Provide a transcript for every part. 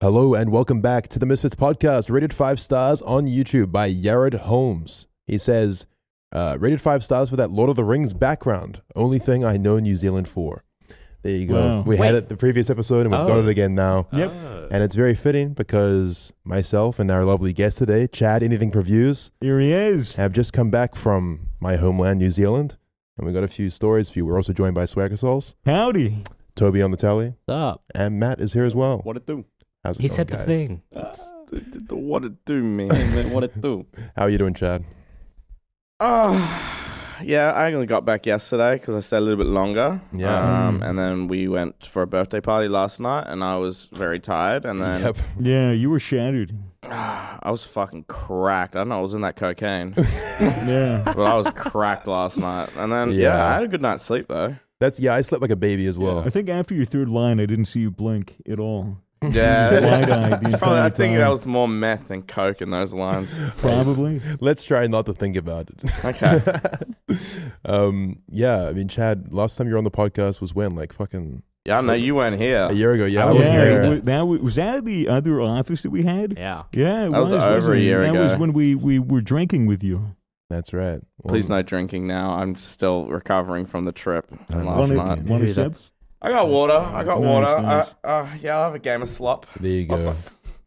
Hello and welcome back to the Misfits podcast, rated five stars on YouTube by Yared Holmes. He says, uh, rated five stars for that Lord of the Rings background. Only thing I know New Zealand for. There you go. Wow. We had Wait. it the previous episode and we've got Oh. it again now. Yep. And it's very fitting because myself and our lovely guest today, Chad Anything for Views, Here he is. have just come back from my homeland, New Zealand. And we got a few stories for you. We're also joined by Swagger Souls, Howdy. Toby on the tally, What's up? and Matt is here as well. What it do? How's it He going, said Oh, guys? the thing. what it do, man? man, what it do? How are you doing, Chad? Ah, yeah, I only got back yesterday because I stayed a little bit longer. Yeah. Mm. Um, and then we went for a birthday party last night, and I was very tired. And then Yep. Yeah, you were shattered. I was fucking cracked. I don't know, I was in that cocaine, Yeah. but I was cracked last night. And then yeah. Yeah. I had a good night's sleep though. That's yeah. I slept like a baby as well. I think after your third line, I didn't see you blink at all. Wide Yeah. eyed. It's Uh, probably, I think that was more meth than coke in those lines. probably. Let's try not to think about it. Okay. um, yeah, I mean, Chad, last time you were on the podcast was when, like, fucking Yeah, I know you weren't here. a year ago. Yeah, I yeah, wasn't it there. wa- that was, was that at the other office that we had? Yeah. Yeah, it That was over a wasn't it? year That was ago. when we, we were drinking with you. That's right. Well, Please no drinking now. I'm still recovering from the trip I from know. last Wanted- night. Want Maybe to sip? that's- I got water. I got Nice, water. nice. Uh, uh, yeah, I'll have a game of slop. There you go.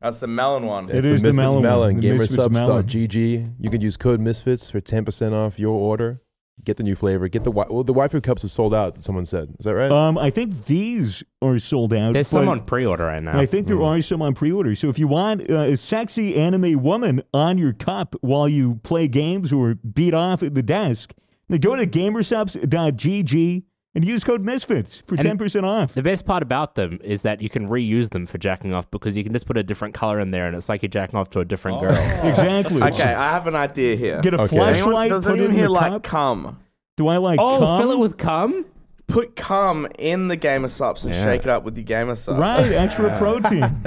That's the melon one. It is the Misfits melon one, Melon. the Misfits melon. Gamersubs.gg. You can use code Misfits for ten percent off your order. Get the new flavor. Get the wi- well, the waifu cups are sold out. Someone said. Is that right? Um, I think these are sold out. There's but some on pre order right now. I think there are some on pre-order. So if you want uh, a sexy anime woman on your cup while you play games or beat off at the desk, then go to gamersups.gg and use code Misfits for And- ten percent off. the best part about them is that you can reuse them for jacking off because you can just put a different color in there and it's like you're jacking off to a different girl. Exactly. Okay, I have an idea here. Get a Okay. anyone, flashlight. does put it anyone in here your like cup. cum? Do I like? Oh, cum? fill it with cum? Put cum in the game of subs and Yeah. shake it up with your game of subs. Right, extra protein.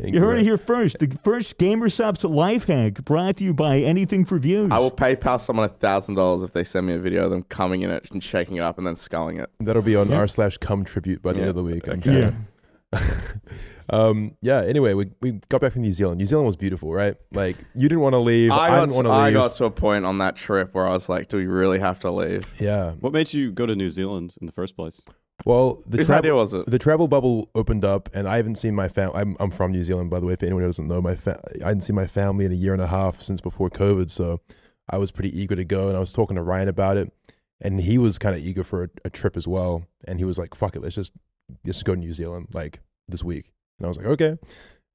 You heard Incorrect. it here first. The first Gamersups life hack brought to you by Anything for Views. I will PayPal someone a thousand dollars if they send me a video of them coming in it and shaking it up and then sculling it. That'll be on r slash cum tribute by the end of the week. I'm Okay. Yeah. sure. Um, yeah. Anyway, we, we got back from New Zealand. New Zealand was beautiful, right? Like you didn't want to leave. I, I, got didn't want to, to I leave. got to a point on that trip where I was like, "Do we really have to leave?" yeah. What made you go to New Zealand in the first place? Well, the Whose idea travel was it? the travel bubble opened up, and I haven't seen my family. I'm, I'm from New Zealand, by the way. If anyone doesn't know, my fa- I hadn't seen my family in a year and a half since before COVID, so I was pretty eager to go. And I was talking to Ryan about it, and he was kind of eager for a, a trip as well. And he was like, "Fuck it, let's just let's just go to New Zealand like this week." And I was like, "Okay."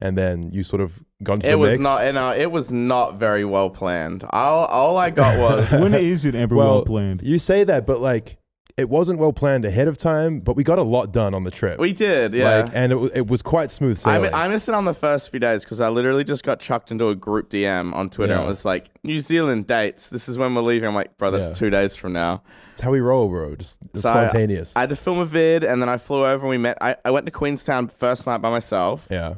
And then you sort of got into It the was mix. not. You know, it was not very well planned. All all I got was When is it ever well, Well, planned? You say that, but like it wasn't well planned ahead of time, but we got a lot done on the trip. we did. Yeah, Like, and it, wa- it was quite smooth I, sailing. mi- I missed it on the first few days because I literally just got chucked into a group DM on Twitter. Yeah. And it was like New Zealand dates. This is when we're leaving. I'm like, bro, that's Yeah. two days from now. It's how we roll, bro. Just it's So I- spontaneous. I had to film a vid, and then I flew over and we met. I, I went to Queenstown first night by myself, yeah.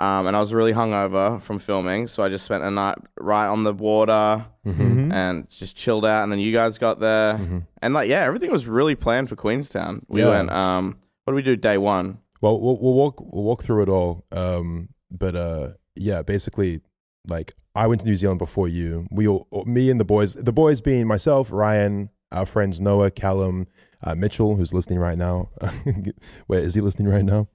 um, and I was really hungover from filming, so I just spent a night right on the water Hmm. Mhm. and just chilled out. And then you guys got there, Mm-hmm. and like, yeah, everything was really planned for Queenstown. We Yeah. went. Um, what did we do day one? Well, we'll we'll walk we'll walk through it all. Um, but uh, yeah, basically, like I went to New Zealand before you. We all, all- me and the boys, the boys being myself, Ryan, our friends Noah, Callum, uh, Mitchell, who's listening right now. Wait, is he listening right now?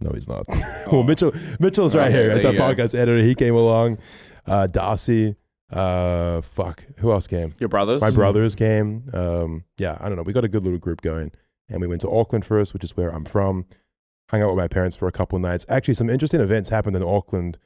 No, he's not. well, Mitchell, Mitchell's right Oh. Okay, here. That's there our you go. podcast editor. He came along. Uh, Darcy, uh, fuck, who else came? Your brothers? My brothers came. Um, yeah, I don't know. We got a good little group going, and we went to Auckland first, which is where I'm from. Hung out with my parents for a couple nights. Actually, some interesting events happened in Auckland.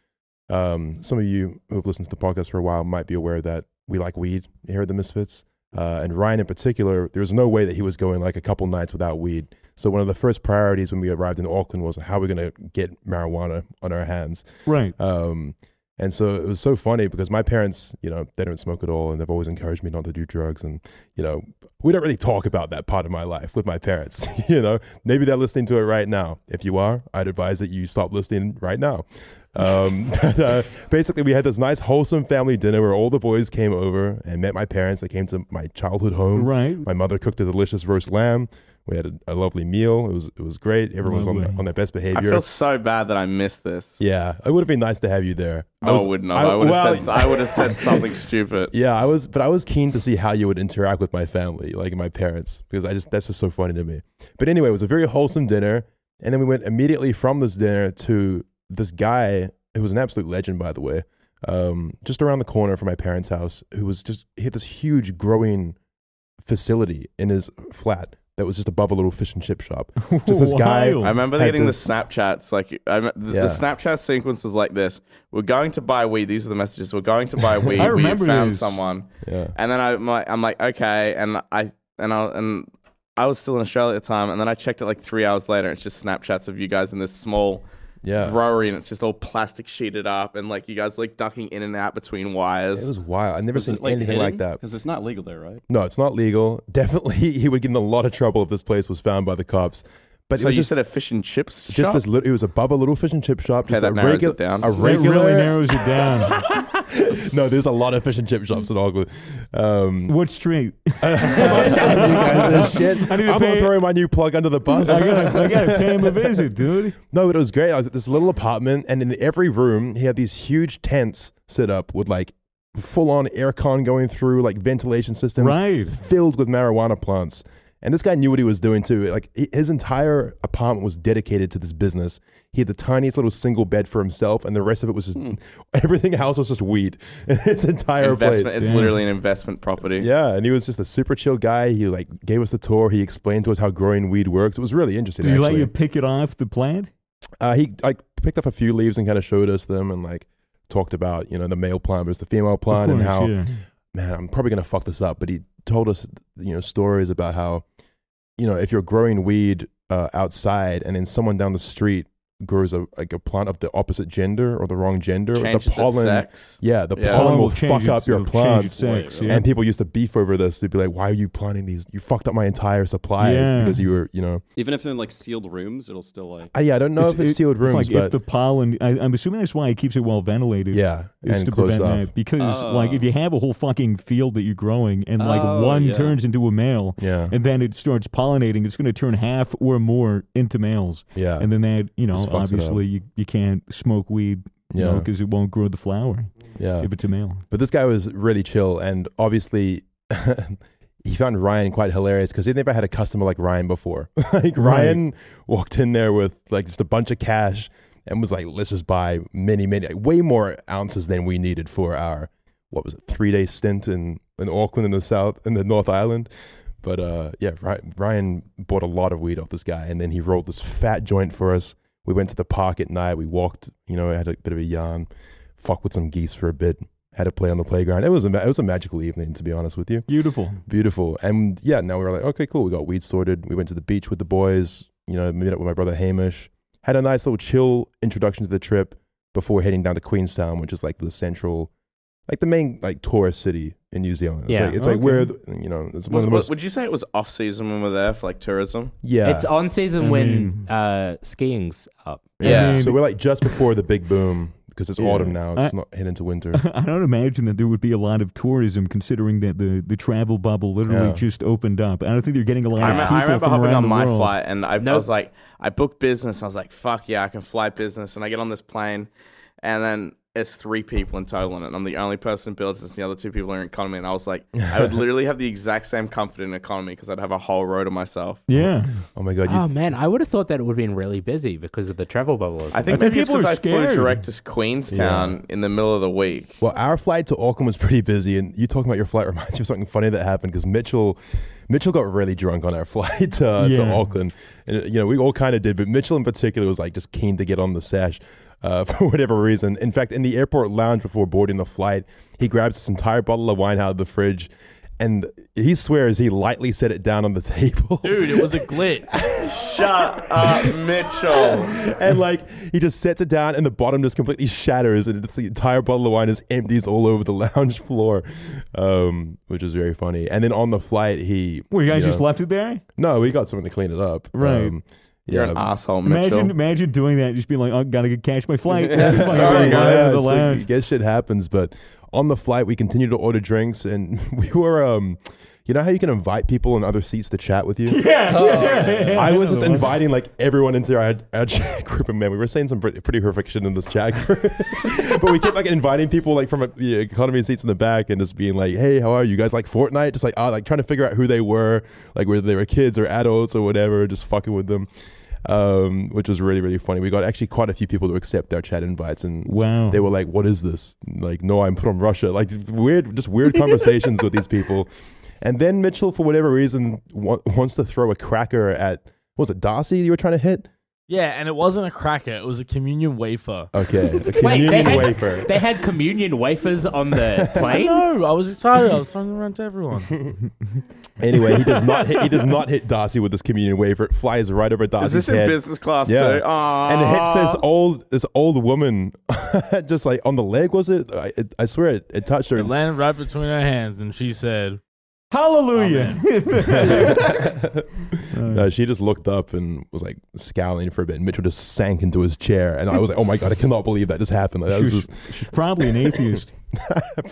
Um, some of you who have listened to the podcast for a while might be aware that we like weed here at the Misfits. Uh, and Ryan in particular, there was no way that he was going like a couple nights without weed. So one of the first priorities when we arrived in Auckland was how we're gonna get marijuana on our hands. Mm-hmm. Right. Um, and so it was so funny because my parents, you know, they don't smoke at all, and they've always encouraged me not to do drugs. And you know, we don't really talk about that part of my life with my parents. you know, maybe they're listening to it right now. If you are, I'd advise that you stop listening right now. Um, but, uh, basically, we had this nice, wholesome family dinner where all the boys came over and met my parents. They came to my childhood home. Right. My mother cooked a delicious roast lamb. We had a, a lovely meal. It was it was great. Everyone was on, Lovely. the, on their best I behavior. feel so bad that I missed this. yeah, it would have been nice to have you there. No, I, was- wouldn't have. I, Oh, would have well, said. I would have said something stupid. Yeah, I was, but I was keen to see how you would interact with my family, like my parents, because I just that's just so funny to me. But anyway, it was a very wholesome dinner, and then we went immediately from this dinner to this guy who was an absolute legend, by the way, um, just around the corner from my parents' house, who was just he had this huge growing facility in his flat that was just above a little fish and chip shop. Just this guy. Wild. I remember Had getting this- the Snapchats. Like, I, me- the, Yeah. the Snapchat sequence was like this: "We're going to buy weed." These are the messages. We're going to buy weed. remember we found these. someone, Yeah, and then I, am like, I'm like, okay, and I and I and I was still in Australia at the time, and then I checked it like three hours later. And it's just Snapchats of you guys in this small yeah. brewery, and it's just all plastic sheeted up, and like you guys like ducking in and out between wires. It was wild. I've never seen anything like that. Because it's not legal there, right? No, it's not legal. Definitely, he would get in a lot of trouble if this place was found by the cops. But it so was you just, said a fish and chips just shop? this little, it was above a little fish and chip shop. Just that a narrows regular, it down. A That That regular, really narrows it down. no, there's a lot of fish and chip shops in Auckland. Um, what street? I'm telling you guys this shit. I I need to am pay- throwing my new plug under the bus. I gotta, I gotta pay him a visit, dude. no, but it was great. I was at this little apartment, and in every room, he had these huge tents set up with like full on aircon going through, like ventilation systems. Right. filled with marijuana plants. And this guy knew what he was doing too. Like hi- his entire apartment was dedicated to this business. He had the tiniest little single bed for himself, and the rest of it was just everything else was just weed. in his entire investment. place. It's literally an investment property. Yeah, and he was just a super chill guy. He like gave us the tour. He explained to us how growing weed works. It was really interesting. Did he let actually. you pick it off the plant? Uh, he like picked up a few leaves and kind of showed us them, and like talked about you know the male plant versus the female plant, and how yeah. man, I'm probably gonna fuck this up, but he told us, you know, stories about how, you know, if you're growing weed uh, outside and then someone down the street grows a like a plant of the opposite gender or the wrong gender, Changes the its pollen, sex. yeah, the Yeah. pollen Pollen will change fuck its- up your it'll change plants. its sex, Yeah. yeah. And people used to beef over this. They'd be like, "Why are you planting these? You fucked up my entire supply Yeah. because you were, you know." Even if they're in like sealed rooms, it'll still like. I, yeah, I don't know if it's it- sealed it's rooms, like but if the pollen, I, I'm assuming that's why it keeps it well ventilated. yeah, is and to closed prevent off. that because like Oh. if you have a whole fucking field that you're growing and like one Oh, yeah. turns into a male Yeah, and then it starts pollinating, it's going to turn half or more into males, yeah, and then that you Just know fucks it up. obviously you, you can't smoke weed. You Yeah. because it won't grow the flower yeah. if it's a male. But this guy was really chill, and obviously, he found Ryan quite hilarious because he'd never had a customer like Ryan before. like Ryan walked in there with like just a bunch of cash and was like, "Let's just buy many, many, like, way more ounces than we needed for our what was it, three day stint in in Auckland in the south in the North Island." But uh, yeah, Ry- Ryan bought a lot of weed off this guy, and then he rolled this fat joint for us. We went to the park at night. We walked, you know, had a bit of a yarn, fucked with some geese for a bit, had to play on the playground. It was a ma- it was a magical evening, to be honest with you. Beautiful. Beautiful, and yeah, now we were like, okay, cool. We got weed sorted. We went to the beach with the boys. You know, met up with my brother Hamish. Had a nice little chill introduction to the trip before heading down to Queenstown, which is like the central, like the main like tourist city in New Zealand. It's Yeah. like, it's like Okay. where the, you know it's one Was- of the was- most would you say it was off season when we were there for like tourism? yeah. It's on season I when mean- uh, skiing's up. Yeah. So we're like just before the big boom because it's Yeah. autumn now. It's I- not heading into winter. I don't imagine that there would be a lot of tourism considering that the, the travel bubble literally Yeah. just opened up. I don't think they're getting a lot I, of rem- people I remember from hopping around on the my world. flight and I, I Nope. was like, I booked business. I was like, fuck yeah, I can fly business. And I get on this plane and then it's three people in total on it. And I'm the only person in business. The other two people are in economy. And I was like, I would literally have the exact same comfort in economy because I'd have a whole row to myself. Yeah, Oh my god! You, Oh man, I would have thought that it would have been really busy because of the travel bubble. I think think, maybe it's people are because I flew scared. direct to Queenstown in the middle of the week. well, our flight to Auckland was pretty busy, and you talking about your flight reminds me of something funny that happened because Mitchell, Mitchell got really drunk on our flight to, to Yeah. Auckland, and you know we all kind of did, but Mitchell in particular was like just keen to get on the sash. Uh, for whatever reason. In fact, in the airport lounge before boarding the flight, he grabs this entire bottle of wine out of the fridge and he swears he lightly set it down on the table. Dude, it was a glitch. Shut up, Uh, Mitchell. and like he just sets it down and the bottom just completely shatters and it's the entire bottle of wine is empties all over the lounge floor um which is very funny and then on the flight he were you guys know- just left it there? no we got someone to clean it up Um, Right. You're yeah an asshole, Mitchell. Imagine, imagine doing that. Just being like, "Oh, gotta get cash my flight." Just fucking Sorry, run guys. over yeah, the it's like, lounge. I guess shit happens but on the flight we continued to order drinks and we were um You know how you can invite people in other seats to chat with you? Yeah, Oh, yeah, yeah, yeah. I was just know the one. inviting like everyone into our, our chat group, and man, we were saying some pretty, pretty horrific shit in this chat group. but we kept like inviting people like from uh, the economy seats in the back, and just being like, "Hey, how are you guys? Like Fortnite?" Just like ah, like trying to figure out who they were, like whether they were kids or adults or whatever, just fucking with them. Um, which was really really funny. We got actually quite a few people to accept our chat invites, and Wow. they were like, "What is this?" Like, "No, I'm from Russia." Like weird, just weird conversations with these people. And then Mitchell, for whatever reason, wa- wants to throw a cracker at what was it Darcy you were trying to hit? Yeah, and it wasn't a cracker; it was a communion wafer. Okay, a Wait, communion they had, wafer. they had communion wafers on the I plane. know. Oh, I was excited. I was throwing them around to everyone. Anyway, he does not hit. He does not hit Darcy with this communion wafer. It flies right over Is Darcy's this head. in business class Yeah. too? Aww. and it hits this old this old woman, just like on the leg. Was it? I, it, I swear it, it touched her. It landed right between her hands, and she said, Hallelujah. Oh, Uh, she just looked up and was like scowling for a bit. And Mitchell just sank into his chair, and I was like, "Oh my god, I cannot believe that just happened." Like, that was She just was- she's probably an atheist.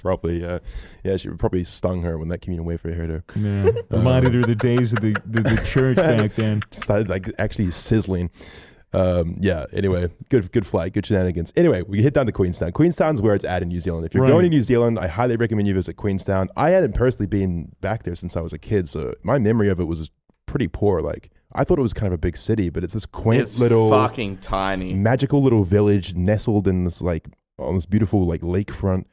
probably, uh, yeah, she probably stung her when that communion wafer hit her. Yeah. Reminded her of the days of the, the, the church back then. started like actually sizzling. Um, yeah. Anyway, good good flight, good shenanigans. Anyway, we hit down to Queenstown. Queenstown's where it's at in New Zealand. If you're Right. going to New Zealand, I highly recommend you visit Queenstown. I hadn't personally been back there since I was a kid, so my memory of it was pretty poor. Like I thought it was kind of a big city, but it's this quaint It's little fucking tiny. magical little village nestled in this like on this beautiful like lakefront.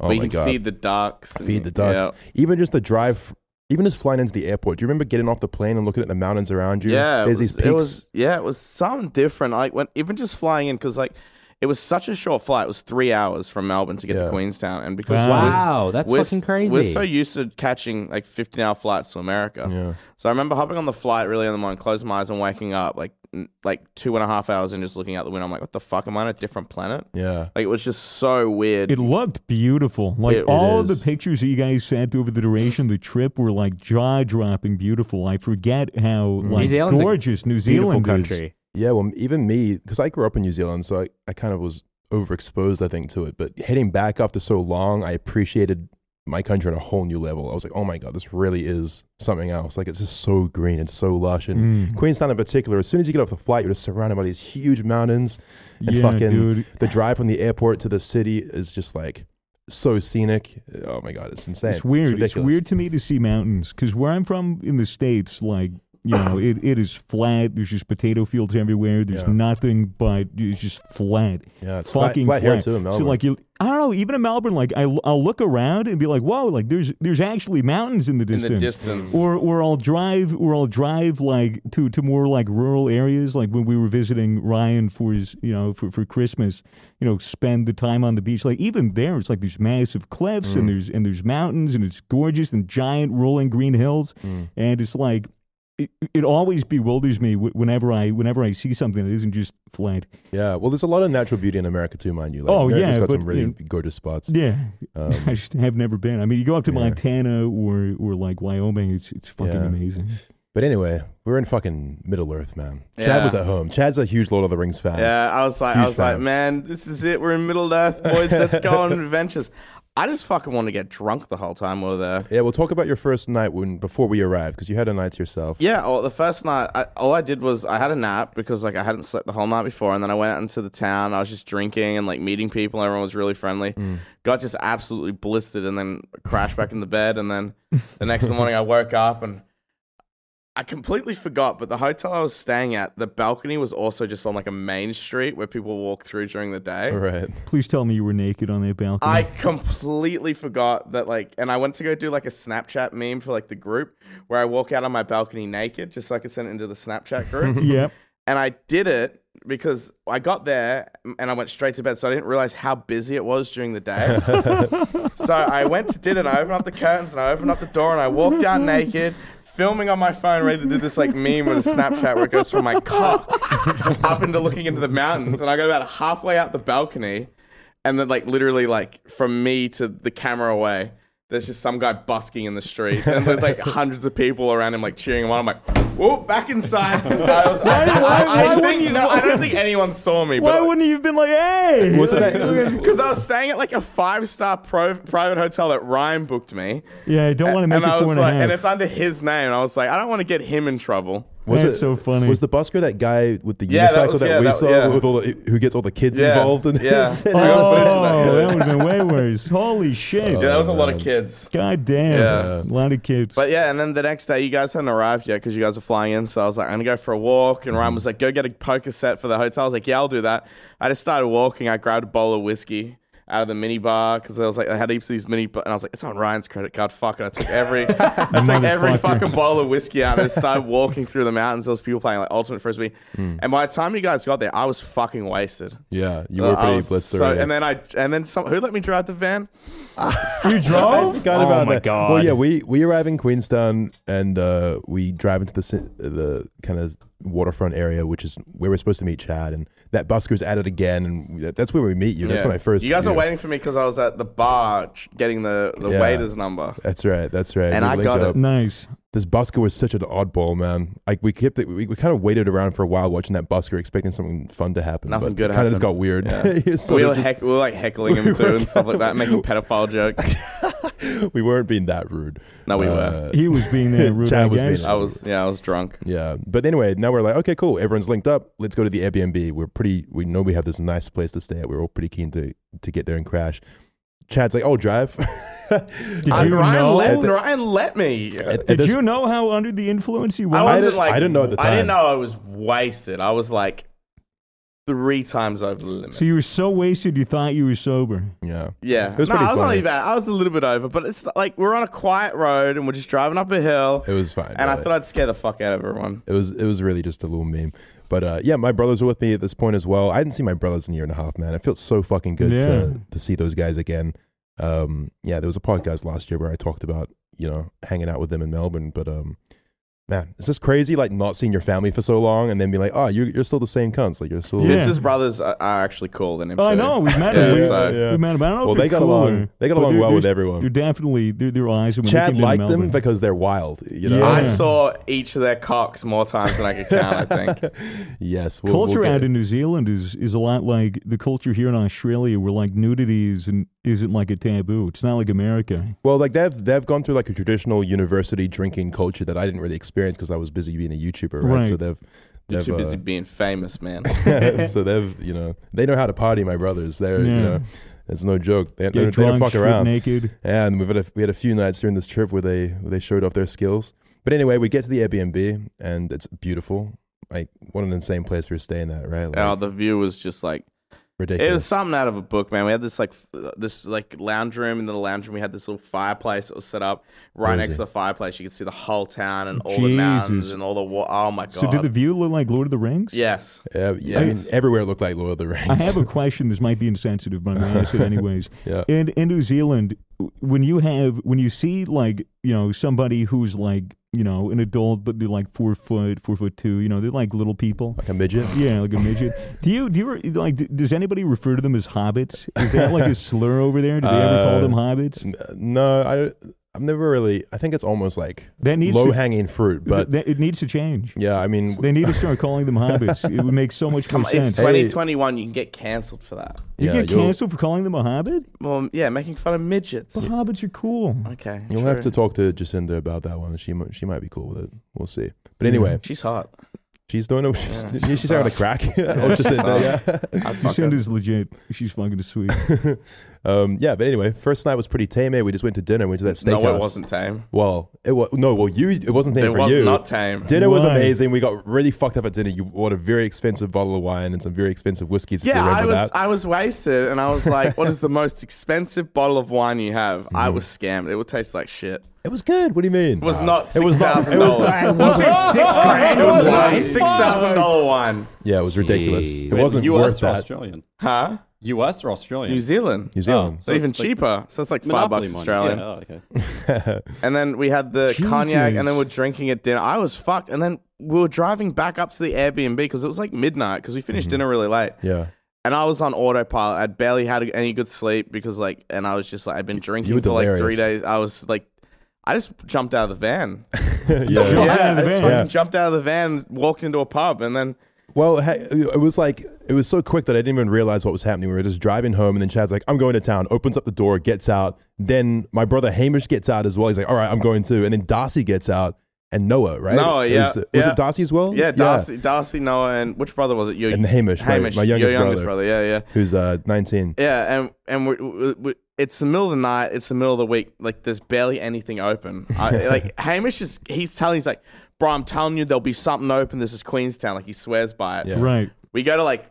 Oh but you my can god! feed the ducks. and- feed the ducks. Even just the drive, even just flying into the airport. Do you remember getting off the plane and looking at the mountains around you? Yeah, yeah it, there's was, these peaks. it was. Yeah, it was something different. Like when even just flying in, because like it was such a short flight. It was three hours from Melbourne to get Yeah. to Queenstown, and because Wow. we're- Wow, that's we're, fucking crazy. We're so used to catching like 15 hour flights to America. yeah. So I remember hopping on the flight really in the morning, closing my eyes and waking up like n- like two and a half hours and just looking out the window. I'm like, what the fuck? Am I on a different planet? Yeah. Like it was just so weird. It looked beautiful. Like It- it all of the is. pictures that you guys sent over the duration of the trip were like jaw dropping beautiful. I forget how Mm-hmm. like Zealand's a gorgeous New Beautiful Zealand is. country. Yeah, well, even me, because I grew up in New Zealand, so I, I kind of was overexposed, I think, to it. But heading back after so long, I appreciated my country on a whole new level. I was like, oh my God, this really is something else. Like, it's just so green and so lush. Mm. Mm. And Queenstown in particular, as soon as you get off the flight, you're just surrounded by these huge mountains. And Yeah, fucking dude. the drive from the airport to the city is just like so scenic. Oh my God, it's insane. It's weird. It's, ridiculous. weird to me to see mountains because where I'm from in the states, like you know, it, it is flat. There's just potato fields everywhere. There's Yeah. nothing but it's just flat. Yeah, it's flat- fucking flat here too in So Melbourne. like you, I don't know. Even in Melbourne, like I, I'll look around and be like, whoa, like there's there's actually mountains in the in distance. the distance. Or or I'll drive or I'll drive like to, to more like rural areas, like when we were visiting Ryan for his you know, for, for Christmas, you know, spend the time on the beach. Like even there it's like there's massive cliffs and there's and there's mountains and it's gorgeous and giant rolling green hills and it's like it, it always bewilders me wh- whenever I whenever I see something that isn't just flat. Yeah, well, there's a lot of natural beauty in America too, mind you. Like, Oh, America's yeah, got some but, really you gorgeous spots. Yeah, Um, I just have never been. I mean, you go up to yeah. Montana or or like Wyoming, it's it's fucking Yeah. amazing. But anyway, we're in fucking Middle Earth, man. Chad Yeah. was at home. Chad's a huge Lord of the Rings fan. Yeah, I was like, I Huge was like, fan. man, this is it. We're in Middle Earth, boys. Let's go on adventures. I just fucking want to get drunk the whole time we're there. Yeah, we'll talk about your first night when before we arrived because you had a night to yourself. Yeah, well, the first night, I, all I did was I had a nap because like I hadn't slept the whole night before, and then I went out into the town. I was just drinking and like meeting people. Everyone was really friendly. Got just absolutely blistered, and then crashed back in the bed. And then the next morning, I woke up and I completely forgot. But the hotel I was staying at, the balcony was also just on like a main street where people walk through during the day. All right. Please tell me you were naked on that balcony. I completely forgot that like and I went to go do like a Snapchat meme for like the group where I walk out on my balcony naked just so I could send it into the Snapchat group. yep. and I did it because I got there and I went straight to bed so I didn't realize how busy it was during the day. so I went to dinner and I opened up the curtains and I opened up the door and I walked out naked. Filming on my phone, ready to do this like meme with a Snapchat where it goes from my cock up into looking into the mountains, and I go about halfway out the balcony, and then like literally like from me to the camera away there's just some guy busking in the street, and there's like hundreds of people around him, like cheering him on. I'm like, whoa, back inside. I, was, I, Why- why- I- I why wouldn't think, you- no, I don't think anyone saw me. Why but, wouldn't you have been like, hey? Wasn't that, Because I was staying at like a five star pro- private hotel that Ryan booked me. yeah, I don't want to make and I it was four and a half. like, and it's under his name. And I was like, I don't want to get him in trouble. was That's it so funny. Was the busker that guy with the Yeah, unicycle that that, was- yeah, we that- saw yeah. with all the, who gets all the kids Yeah, involved in yeah. this? I got footage of that, oh, too. that would have been way worse. Holy shit. Yeah, that was a lot of kids. God damn. A Yeah. lot of kids. But yeah, and then the next day, you guys hadn't arrived yet because you guys were flying in. So I was like, I'm gonna go for a walk. And Mm-hmm. Ryan was like, Go get a poker set for the hotel. I was like, Yeah, I'll do that. I just started walking. I grabbed a bowl of whiskey out of the mini bar because I was like, I had heaps of these mini. Bar- and I was like, It's on Ryan's credit card. Fuck it. I took every, I took every Motherfucker. fucking bowl of whiskey out and just started walking through the mountains. There was people playing like ultimate frisbee. Mm. And by the time you guys got there, I was fucking wasted. yeah, you Uh, were I pretty was blitzed. so- and then I and then some who let me drive the van? You I drove? forgot Oh about my that. God. Well, yeah, we we arrive in Queenstown and uh, we drive into the ci- the kind of waterfront area, which is where we're supposed to meet Chad. And that busker's at it again, and that- that's where we meet you. That's Yeah. when I first. You guys knew. are waiting for me because I was at the bar ch- getting the, the Yeah. waiter's number. That's right. That's right. And We I linked got it. up. nice. This busker was such an oddball, man. Like we kept it, we, we kind of waited around for a while watching that busker, expecting something fun to happen. Nothing but good Kind of just happened. got weird. He was sort We of were, just- heck, we were like heckling him too and stuff like that, making pedophile jokes. we weren't being that rude. No, we Uh, were. He was being that rude, Chad I was being guess. that I was yeah, I was drunk. Yeah, but anyway, now we're like, okay, cool. Everyone's linked up. Let's go to the Airbnb. We're pretty. We know we have this nice place to stay at. We're all pretty keen to to get there and crash. Chad's like, oh, drive. Did I- you Uh, Ryan know? let Ryan let me. At- at Did this- you know how under the influence you I was? wasn't didn't- like I didn't know at the I time. didn't know I was wasted. I was like three times over the limit. so you were so wasted you thought you were sober. Yeah. yeah, was no, pretty I was funny. only bad. I was a little bit over, but it's like we're on a quiet road and we're just driving up a hill. It was fine. Uh, and I really. thought I'd scare the fuck out of everyone. it was it was really just a little meme. But uh, yeah, my brothers were with me at this point as well. I hadn't seen my brothers in a year and a half, man. It felt so fucking good Yeah. to to see those guys again. Um, yeah, there was a podcast last year where I talked about you know hanging out with them in Melbourne, but um, man, is this crazy? Like not seeing your family for so long and then be like, oh, you're you're still the same cunts. Like you're still. Yeah. Fitz's brothers are, are actually cool than him. Oh, I too. know. We've met Yeah, him. We, so- we met him. I don't know Well, if they they're got cooler, along. They got but along they're- well with they're- everyone. They're definitely their, their eyes. When Chad they came liked to them Melbourne. because they're wild. You know. Yeah. I saw each of their cocks more times than I could count. I think. yes. We'll, culture we'll get out it. in New Zealand is, is a lot like the culture here in Australia, where like nudity isn't isn't like a taboo. It's not like America. Well, like they've they've gone through like a traditional university drinking culture that I didn't really experience because I was busy being a YouTuber, right? Right. So they've You're they've too uh, busy being famous, man. so they've you know they know how to party. My brothers, they're you Yeah. know it's no joke. They, Get they, they don't drunk, fuck strip around. naked. And we've had a, we had a few nights during this trip where they where they showed off their skills. But anyway, we get to the Airbnb and it's beautiful. Like what an insane place we were staying at, right? Like, oh, the view was just like ridiculous. it was something out of a book, man. We had this like f- this like lounge room, and in the lounge room we had this little fireplace that was set up right Crazy. next to the fireplace. You could see the whole town and all the Jesus. mountains and all the wa- oh my god. So did the view look like Lord of the Rings? yes. yeah, yeah, I mean, Yes. everywhere looked like Lord of the I Rings. have a question. This might be insensitive, but I'm going to ask it anyways. Yeah. In in New Zealand, w- when you have when you see like you know somebody who's like you know an adult, but they're like four foot, four foot two, you know they're like little people. like a midget. Yeah, like a midget. do you do you re- like? d- Does anybody refer to them as hobbits? Is that like a slur over there? Do they ever call Uh, them hobbits? N- No, I I've never really. I think it's almost like That needs low to, hanging fruit, but th- that- it needs to change. yeah, I mean, They need to start calling them hobbits. It would make so much Come more on, it's sense. Hey. 2021. You can get cancelled for that. You yeah, get you'll, canceled for calling them a hobbit? Well, yeah, making fun of midgets. But hobbits are cool. Okay, you'll true. have to talk to Jacinda about that one. She mi- she might be cool with it. We'll see. But anyway, She's hot. she's doing it. She's, Yeah. Oh. she's, having a crack. Or Jacinda, yeah. I'd fuck her. Jacinda's legit. She's fucking sweet. Um, yeah, but anyway, first night was pretty tame. eh? We just went to dinner. Went to that steakhouse. No, it wasn't tame. Well, it was no. Well, you it wasn't tame It for was you. not tame. Dinner was Why? amazing. We got really fucked up at dinner. You bought a very expensive bottle of wine and some very expensive whiskeys. if you Yeah, remember I was that. I was wasted, and I was like, "What is the most expensive bottle of wine you have?" I Mm-hmm. was scammed. It would taste like shit. it was good. What do you mean? It was not It was not. It was not. $6,000. We spent six grand on wine. Six thousand dollar wine, Yeah, it was ridiculous. It Wait, wasn't U.S. worth or that. Australian? huh? U.S. or Australian? New Zealand. New Zealand. So even it's like cheaper. So it's like five Monopoly bucks money. Australian. Yeah, oh, okay. And then we had the Jesus. cognac, and then we're drinking at dinner. I was fucked. Mm-hmm. And then we were driving back up to the Airbnb because it was like midnight because we finished dinner really late. Yeah. and I was on autopilot. I barely had any good sleep because like, and I was just like, I'd been drinking were for like three delirious. days. I was like, I just jumped out of the van. yeah. Jumped out of the van. I just fucking Yeah. jumped out of the van, walked into a pub, and then Well, he- it was like it was so quick that I didn't even realize what was happening. We were just driving home, and then Chad's like, "I'm going to town." Opens up the door, gets out. Then my brother Hamish gets out as well. He's like, "All right, I'm going too." And then Darcy gets out, and Noah, right? Noah, It yeah, was, was yeah. it Darcy as well? yeah, Darcy, Darcy, Noah, and which brother was it? Your and Hamish, right, Hamish, my youngest, your youngest brother, brother. Yeah, yeah. who's uh 19. Yeah, and and we, we, we, it's the middle of the night. It's the middle of the week. Like, there's barely anything open. I, like Hamish is he's telling he's like, bro, I'm telling you, there'll be something open. This is Queenstown. Like he swears by it. Yeah. Right. We go to like